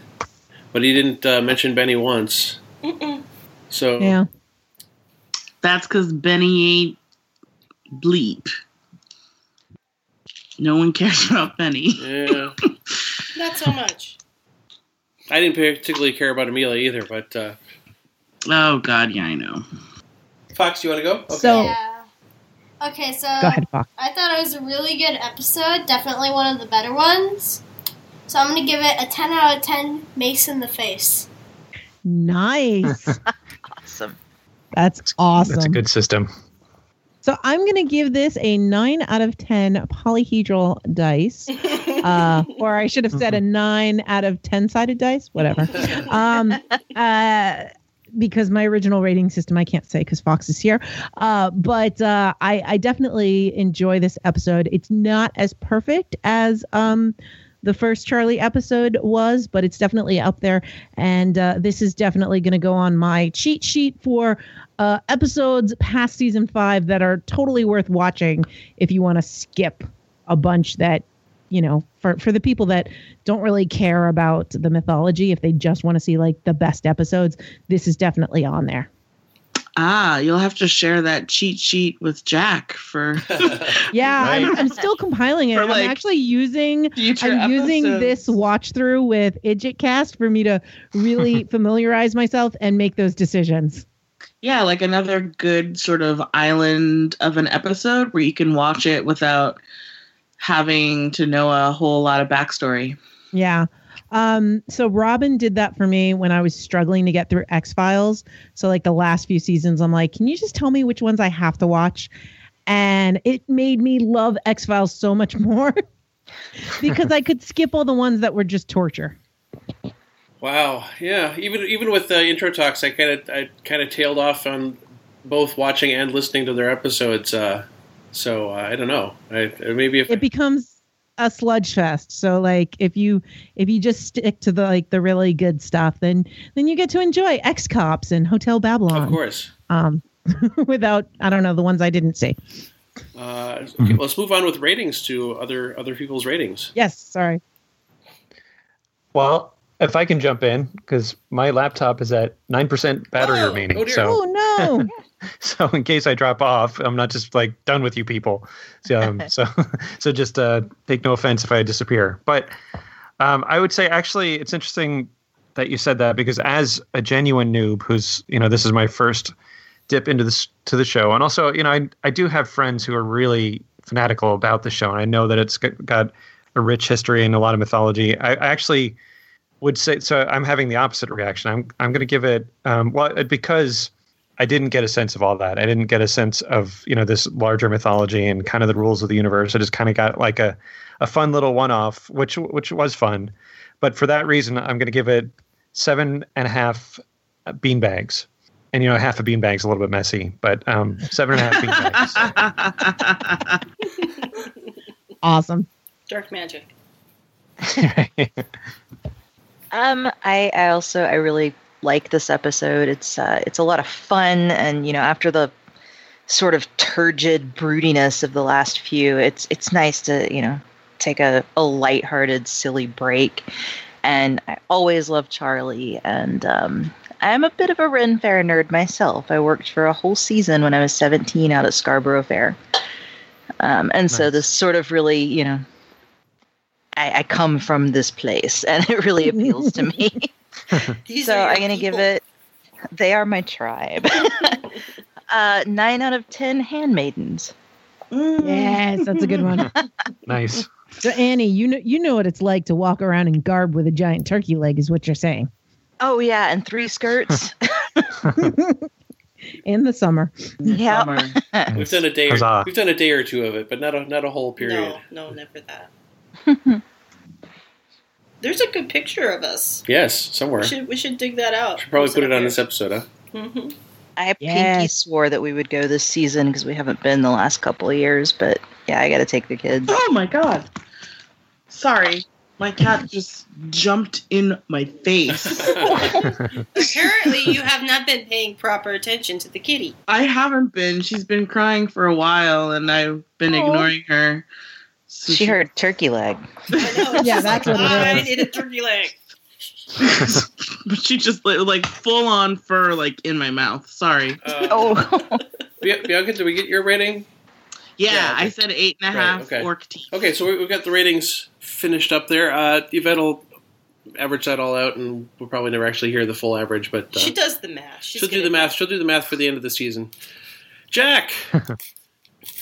Speaker 2: but he didn't uh, mention Benny once.
Speaker 8: Mm-mm.
Speaker 2: So
Speaker 6: Yeah.
Speaker 1: That's because Benny ain't bleep. No one cares about Benny.
Speaker 2: yeah.
Speaker 8: Not so much.
Speaker 2: I didn't particularly care about Amelia either. But uh,
Speaker 1: Oh, God, yeah, I know.
Speaker 2: Fox, you want to go?
Speaker 6: So-
Speaker 4: Yeah. Okay, so
Speaker 6: Go ahead, Fox.
Speaker 4: I thought it was a really good episode. Definitely one of the better ones. So I'm gonna give it a 10 out of 10. Mace in the face.
Speaker 6: Nice.
Speaker 9: Awesome.
Speaker 6: That's awesome.
Speaker 5: That's a good system.
Speaker 6: So I'm going to give this a 9 out of 10 polyhedral dice. Uh, or I should have said a 9 out of 10 sided dice, whatever. Um, uh, because my original rating system, I can't say because Fox is here. Uh, but uh, I, I definitely enjoy this episode. It's not as perfect as um, the first Charlie episode was, but it's definitely up there. And uh, this is definitely going to go on my cheat sheet for uh, episodes past season five that are totally worth watching if you want to skip a bunch that you know for for the people that don't really care about the mythology if they just want to see like the best episodes this is definitely on there
Speaker 1: Ah, you'll have to share that cheat sheet with Jack for.
Speaker 6: yeah I'm,
Speaker 5: Right.
Speaker 6: I'm still compiling it
Speaker 7: For,
Speaker 6: i'm
Speaker 7: like,
Speaker 6: actually using
Speaker 7: Future
Speaker 6: i'm using this
Speaker 7: episodes.
Speaker 6: watch through with idjitcast for me to really familiarize myself and make those decisions
Speaker 1: yeah, like another good sort of island of an episode where you can watch it without having to know a whole lot of backstory.
Speaker 6: Yeah. Um, so Robin did that for me when I was struggling to get through X Files. So like the last few seasons, I'm like, can you just tell me which ones I have to watch? And it made me love X Files so much more because I could skip all the ones that were just torture.
Speaker 2: Wow. Yeah. Even even with the intro talks, I kind of I kind of tailed off on both watching and listening to their episodes. Uh, so uh, I don't know. I, uh, maybe if
Speaker 6: It becomes a sludge fest. So like if you if you just stick to the like the really good stuff, then then you get to enjoy X Cops and Hotel
Speaker 2: of
Speaker 6: Babylon.
Speaker 2: course.
Speaker 6: Um without I don't know, the ones I didn't see.
Speaker 2: Uh, okay, Let's move on with ratings to other other people's ratings.
Speaker 6: Yes, sorry.
Speaker 5: Well, if I can jump in, because my laptop is at 9% battery
Speaker 2: Oh,
Speaker 5: remaining.
Speaker 2: oh dear.
Speaker 5: so,
Speaker 6: Oh no.
Speaker 5: so in case I drop off, I'm not just like done with you people. So, um, so, so just uh, take no offense if I disappear. But um, I would say actually, it's interesting that you said that because as a genuine noob, who's you know this is my first dip into this to the show, and also you know I I do have friends who are really fanatical about the show, and I know that it's g- got a rich history and a lot of mythology. I, I actually would say so. I'm having the opposite reaction. I'm I'm going to give it um, well because. I didn't get a sense of all that. I didn't get a sense of you know this larger mythology and kind of the rules of the universe. I just kind of got like a, a fun little one off, which which was fun. But for that reason, I'm going to give it seven and a half uh, beanbags. And you know, half a beanbag's a little bit messy, but um, seven and a half beanbags.
Speaker 6: Awesome.
Speaker 8: Dark magic.
Speaker 9: Um, I, I also I really like this episode. It's uh, it's a lot of fun, and you know, after the sort of turgid broodiness of the last few, it's it's nice to you know take a a lighthearted, silly break. And I always love Charlie, and um, I'm a bit of a Ren Fair nerd myself. I worked for a whole season when I was 17 out at Scarborough Fair, um, and so
Speaker 5: Nice.
Speaker 9: this sort of really you know I, I come from this place and it really appeals to me.
Speaker 8: These
Speaker 9: so
Speaker 8: are your
Speaker 9: I'm going to give
Speaker 8: people.
Speaker 9: it, they are my tribe. uh, nine out of 10 handmaidens.
Speaker 6: Yes, that's a good one.
Speaker 5: nice.
Speaker 6: So Annie, you know you know what it's like to walk around in garb with a giant turkey leg is what you're saying.
Speaker 9: Oh, yeah, and three skirts.
Speaker 6: In the summer.
Speaker 9: yeah.
Speaker 1: Bummer.
Speaker 2: We've done a day. Or,
Speaker 5: Huzzah.
Speaker 2: we've done a day or two of it, but not a not a whole period.
Speaker 8: No, no, never that. There's a good picture of us.
Speaker 2: Yes, somewhere.
Speaker 8: We
Speaker 2: Should
Speaker 8: should we should dig that out.
Speaker 2: probably put it on this episode. Huh?
Speaker 8: hmm
Speaker 9: I pinky
Speaker 6: Yes.
Speaker 9: swore that we would go this season because we haven't been the last couple of years, but yeah, I got to take the kids.
Speaker 1: Oh my god. Sorry. My cat just jumped in my face.
Speaker 8: Apparently, you have not been paying proper attention to the kitty.
Speaker 1: I haven't been. She's been crying for a while and I've been
Speaker 4: Oh.
Speaker 1: ignoring her. So
Speaker 9: She heard turkey leg.
Speaker 8: I know,
Speaker 6: Yeah,
Speaker 8: she's
Speaker 6: that's
Speaker 8: like,
Speaker 6: what it
Speaker 8: "Ah, I
Speaker 6: is."
Speaker 8: did a turkey leg.
Speaker 1: But she just li- like full on fur like in my mouth. Sorry.
Speaker 2: Uh,
Speaker 9: Oh,
Speaker 2: Bia- Bianca, did we get your rating?
Speaker 1: Yeah,
Speaker 2: Yeah, okay.
Speaker 1: I said eight and a
Speaker 2: Right,
Speaker 1: half
Speaker 2: okay.
Speaker 1: orc teeth.
Speaker 2: Okay, so we- we've got the ratings finished up there. Uh, Yvette will average that all out, and we'll probably never actually hear the full average, but uh,
Speaker 8: She does the math. She's
Speaker 2: she'll do
Speaker 8: gonna
Speaker 2: the math. She'll do the math for the end of the season. Jack,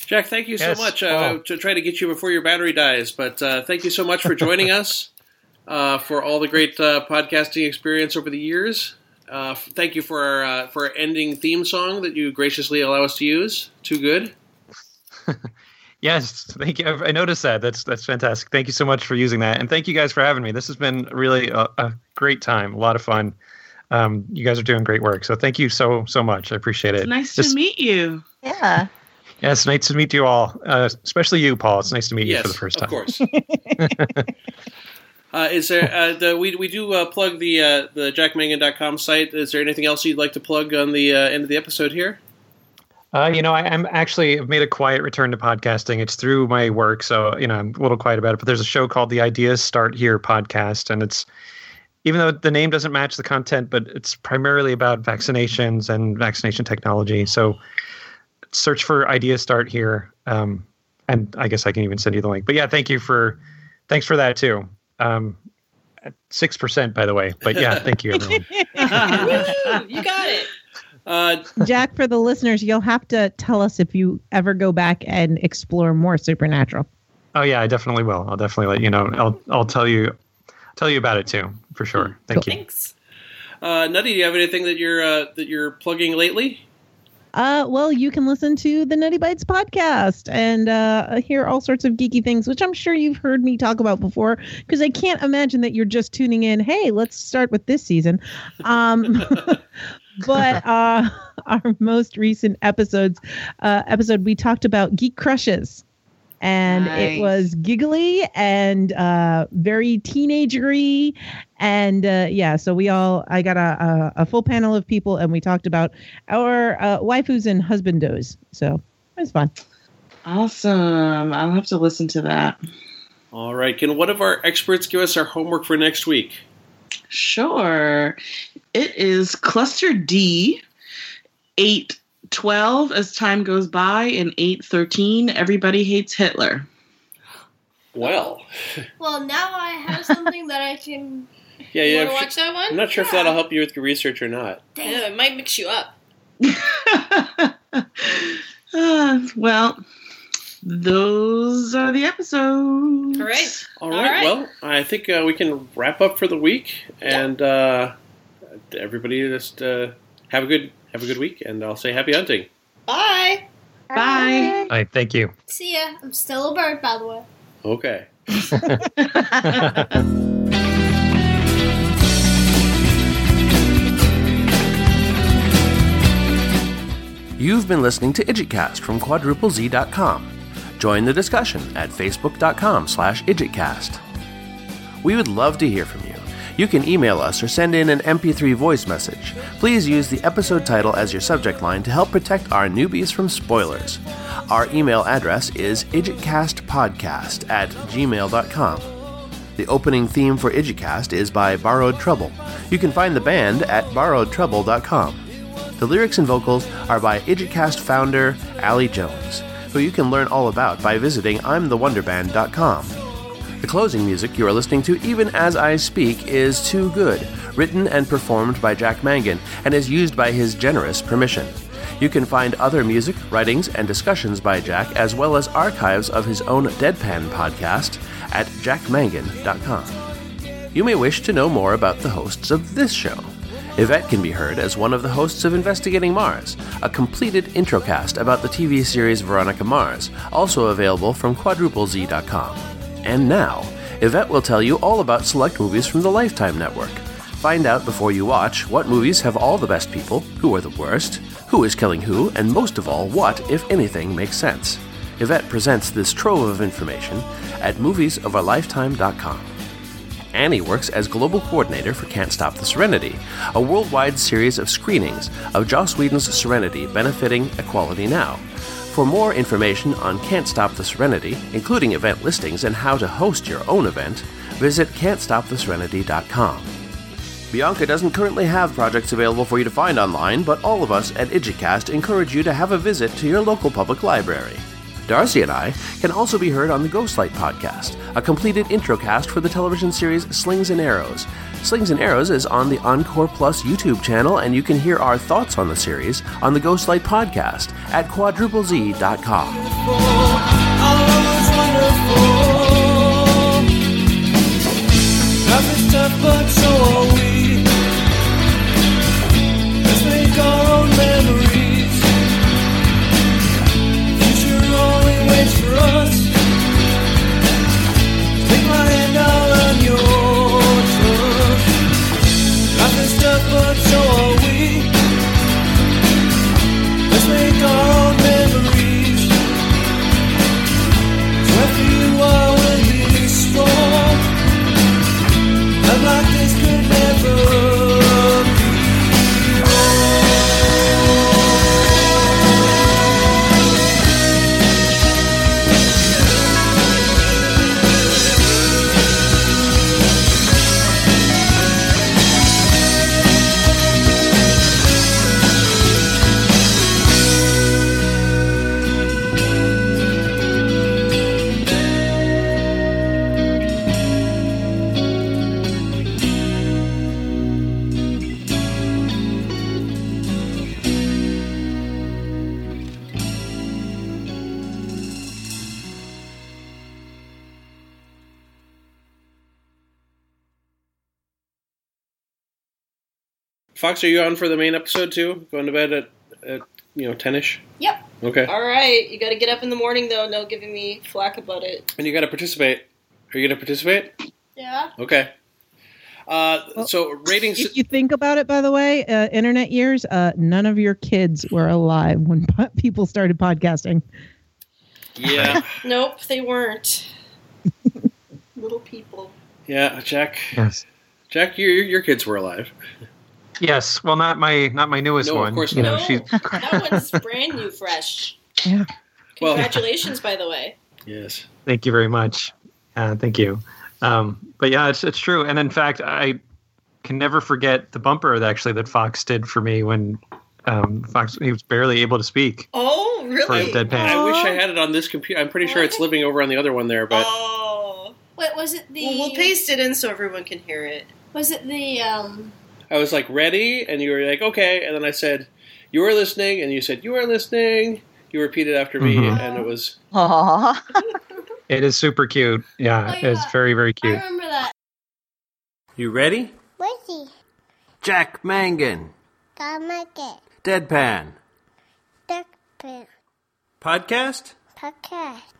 Speaker 2: Jack, thank you so
Speaker 5: Yes,
Speaker 2: much.
Speaker 5: Paul.
Speaker 2: Uh, to try to get you before your battery dies, but uh, thank you so much for joining us uh, for all the great uh, podcasting experience over the years. Uh, f- thank you for our, uh, for our ending theme song that you graciously allow us to use. Too good.
Speaker 5: Yes, thank you. I noticed that. That's that's fantastic. Thank you so much for using that, and thank you guys for having me. This has been really a, a great time, a lot of fun. Um, you guys are doing great work, so thank you so so much. I appreciate it.
Speaker 1: It's nice
Speaker 5: Just-
Speaker 1: to meet you.
Speaker 9: yeah.
Speaker 5: Yeah, it's nice to meet you all, uh, especially you, Paul. It's nice to meet you
Speaker 2: yes,
Speaker 5: for the first time.
Speaker 2: of course. Uh, is there uh, the we we do uh, plug the uh, the jackmangan.com site? Is there anything else you'd like to plug on the uh, end of the episode here?
Speaker 5: Uh, you know, I, I'm actually I've made a quiet return to podcasting. It's through my work, so you know I'm a little quiet about it. But there's a show called the Ideas Start Here podcast, and it's even though the name doesn't match the content, but it's primarily about vaccinations and vaccination technology. So search for Ideas Start Here, um, and I guess I can even send you the link. But yeah, thank you for thanks for that too. Um, Six percent, by the way. But yeah, thank you everyone.
Speaker 8: Woo, you got it.
Speaker 2: Uh,
Speaker 6: Jack, for the listeners, you'll have to tell us if you ever go back and explore more supernatural.
Speaker 5: Oh yeah, I definitely will. I'll definitely let you know. I'll I'll tell you tell you about it too for sure. Thank you.
Speaker 8: Thanks.
Speaker 2: uh, Nutty, do you have anything that you're uh, that you're plugging lately?
Speaker 6: Uh, well, you can listen to the Nutty Bites podcast and uh, hear all sorts of geeky things, which I'm sure you've heard me talk about before, because I can't imagine that you're just tuning in. Hey, let's start with this season. Um, but uh, our most recent episodes uh, episode, we talked about geek crushes. And it
Speaker 9: Nice.
Speaker 6: was giggly and uh, very teenagery, and uh, yeah. So we all, I got a, a, a full panel of people, and we talked about our uh, waifus and husbandos. So it's fun.
Speaker 1: Awesome. I'll have to listen to that.
Speaker 2: All right. Can one of our experts give us our homework for next week?
Speaker 1: Sure. It is cluster D, 812 as time goes by, and 813 everybody hates Hitler.
Speaker 2: Well,
Speaker 4: Well, now I have something that I can.
Speaker 2: yeah,
Speaker 8: you
Speaker 2: yeah.
Speaker 8: want to
Speaker 2: I'm su-
Speaker 8: watch that one?
Speaker 2: I'm not sure if
Speaker 4: Yeah.
Speaker 2: that'll help you with your research or not.
Speaker 8: I know,
Speaker 4: Dang.
Speaker 8: it might mix you up.
Speaker 1: Ah, well, those are the episodes.
Speaker 8: All right.
Speaker 2: All
Speaker 8: All
Speaker 2: right.
Speaker 8: right.
Speaker 2: Well, I think uh, we can wrap up for the week, and uh, everybody just uh, have a good have a good week, and I'll say happy hunting.
Speaker 8: Bye.
Speaker 1: Bye.
Speaker 5: All right, thank you.
Speaker 4: See ya. I'm still a bird, by the way.
Speaker 2: Okay.
Speaker 10: You've been listening to IdgitCast from quadruplez.com. Join the discussion at facebook.com slash IdgitCast. We would love to hear from you. You can email us or send in an MP3 voice message. Please use the episode title as your subject line to help protect our newbies from spoilers. Our email address is idgitcastpodcast at gmail.com. The opening theme for IdgitCast is by Borrowed Trouble. You can find the band at borrowedtrouble.com. The lyrics and vocals are by IdgitCast founder Ali Jones, who you can learn all about by visiting I'mTheWonderBand.com. The closing music you are listening to, even as I speak, is Too Good, written and performed by Jack Mangan and is used by his generous permission. You can find other music, writings, and discussions by Jack, as well as archives of his own Deadpan podcast at jackmangan.com you may wish to know more about the hosts of this show. Yvette can be heard as one of the hosts of Investigating Mars, a completed introcast about the TV series Veronica Mars, also available from quadruplez.com. And now, Yvette will tell you all about select movies from the Lifetime Network. Find out before you watch what movies have all the best people, who are the worst, who is killing who, and most of all, what, if anything, makes sense. Yvette presents this trove of information at moviesofourlifetime.com. Annie works as global coordinator for Can't Stop the Serenity, a worldwide series of screenings of Joss Whedon's Serenity benefiting Equality Now. For more information on Can't Stop the Serenity, including event listings and how to host your own event, visit can'tstoptheserenity.com. Bianca doesn't currently have projects available for you to find online, but all of us at IDGICAST encourage you to have a visit to your local public library. Darcy and I can also be heard on the Ghostlight podcast, a completed introcast for the television series Slings and Arrows. Slings and Arrows is on the Encore Plus YouTube channel, and you can hear our thoughts on the series on the Ghostlight podcast at quadruplez.com.
Speaker 11: Let's make our own memories.
Speaker 2: Fox, are you on for the main episode too? Going to bed at, at you know ten ish.
Speaker 3: Yep.
Speaker 2: Okay.
Speaker 3: All right, you got to get up in the morning though. No giving me flack about it.
Speaker 2: And you got to participate. Are you going to participate?
Speaker 12: Yeah.
Speaker 2: Okay. Uh,
Speaker 6: Well,
Speaker 2: so ratings.
Speaker 6: If you think about it, by the way, uh, internet years, uh, none of your kids were alive when po- people started podcasting.
Speaker 2: Yeah,
Speaker 3: Nope, they weren't. Little people.
Speaker 2: yeah. Jack,
Speaker 5: Yes.
Speaker 2: Jack, your your kids were alive.
Speaker 5: Yes. Well, not my not my newest
Speaker 2: No, of
Speaker 5: one.
Speaker 2: course
Speaker 5: you know,
Speaker 3: not.
Speaker 5: she's
Speaker 3: That one's brand new, fresh.
Speaker 6: Yeah.
Speaker 2: Well-
Speaker 3: Congratulations, by the way.
Speaker 2: Yes.
Speaker 5: Thank you very much. Uh, thank you. Um, but yeah, it's it's true. And in fact, I can never forget the bumper that actually that Fox did for me when um, Fox he was barely able to speak
Speaker 3: Oh,
Speaker 5: for
Speaker 3: really?
Speaker 5: deadpan.
Speaker 2: I wish I had it on this computer. I'm pretty sure it's living over on the other one there, but
Speaker 3: oh.
Speaker 12: Wait, was it the?
Speaker 3: Well, we'll paste it in so everyone can hear it.
Speaker 12: Was it the? Um,
Speaker 2: I was like ready, and you were like okay, and then I said you were listening, and you said you were listening. You repeated after me,
Speaker 5: Mhm.
Speaker 2: and it was
Speaker 1: Aww.
Speaker 5: It is super cute. Yeah,
Speaker 12: Oh, yeah.
Speaker 5: it's very very
Speaker 12: I
Speaker 5: cute.
Speaker 12: remember that.
Speaker 13: You ready?
Speaker 4: Lucy,
Speaker 13: Jack Mangan,
Speaker 4: Gamma Get,
Speaker 13: Deadpan,
Speaker 4: Duck Pin,
Speaker 13: Podcast?
Speaker 4: Podcast.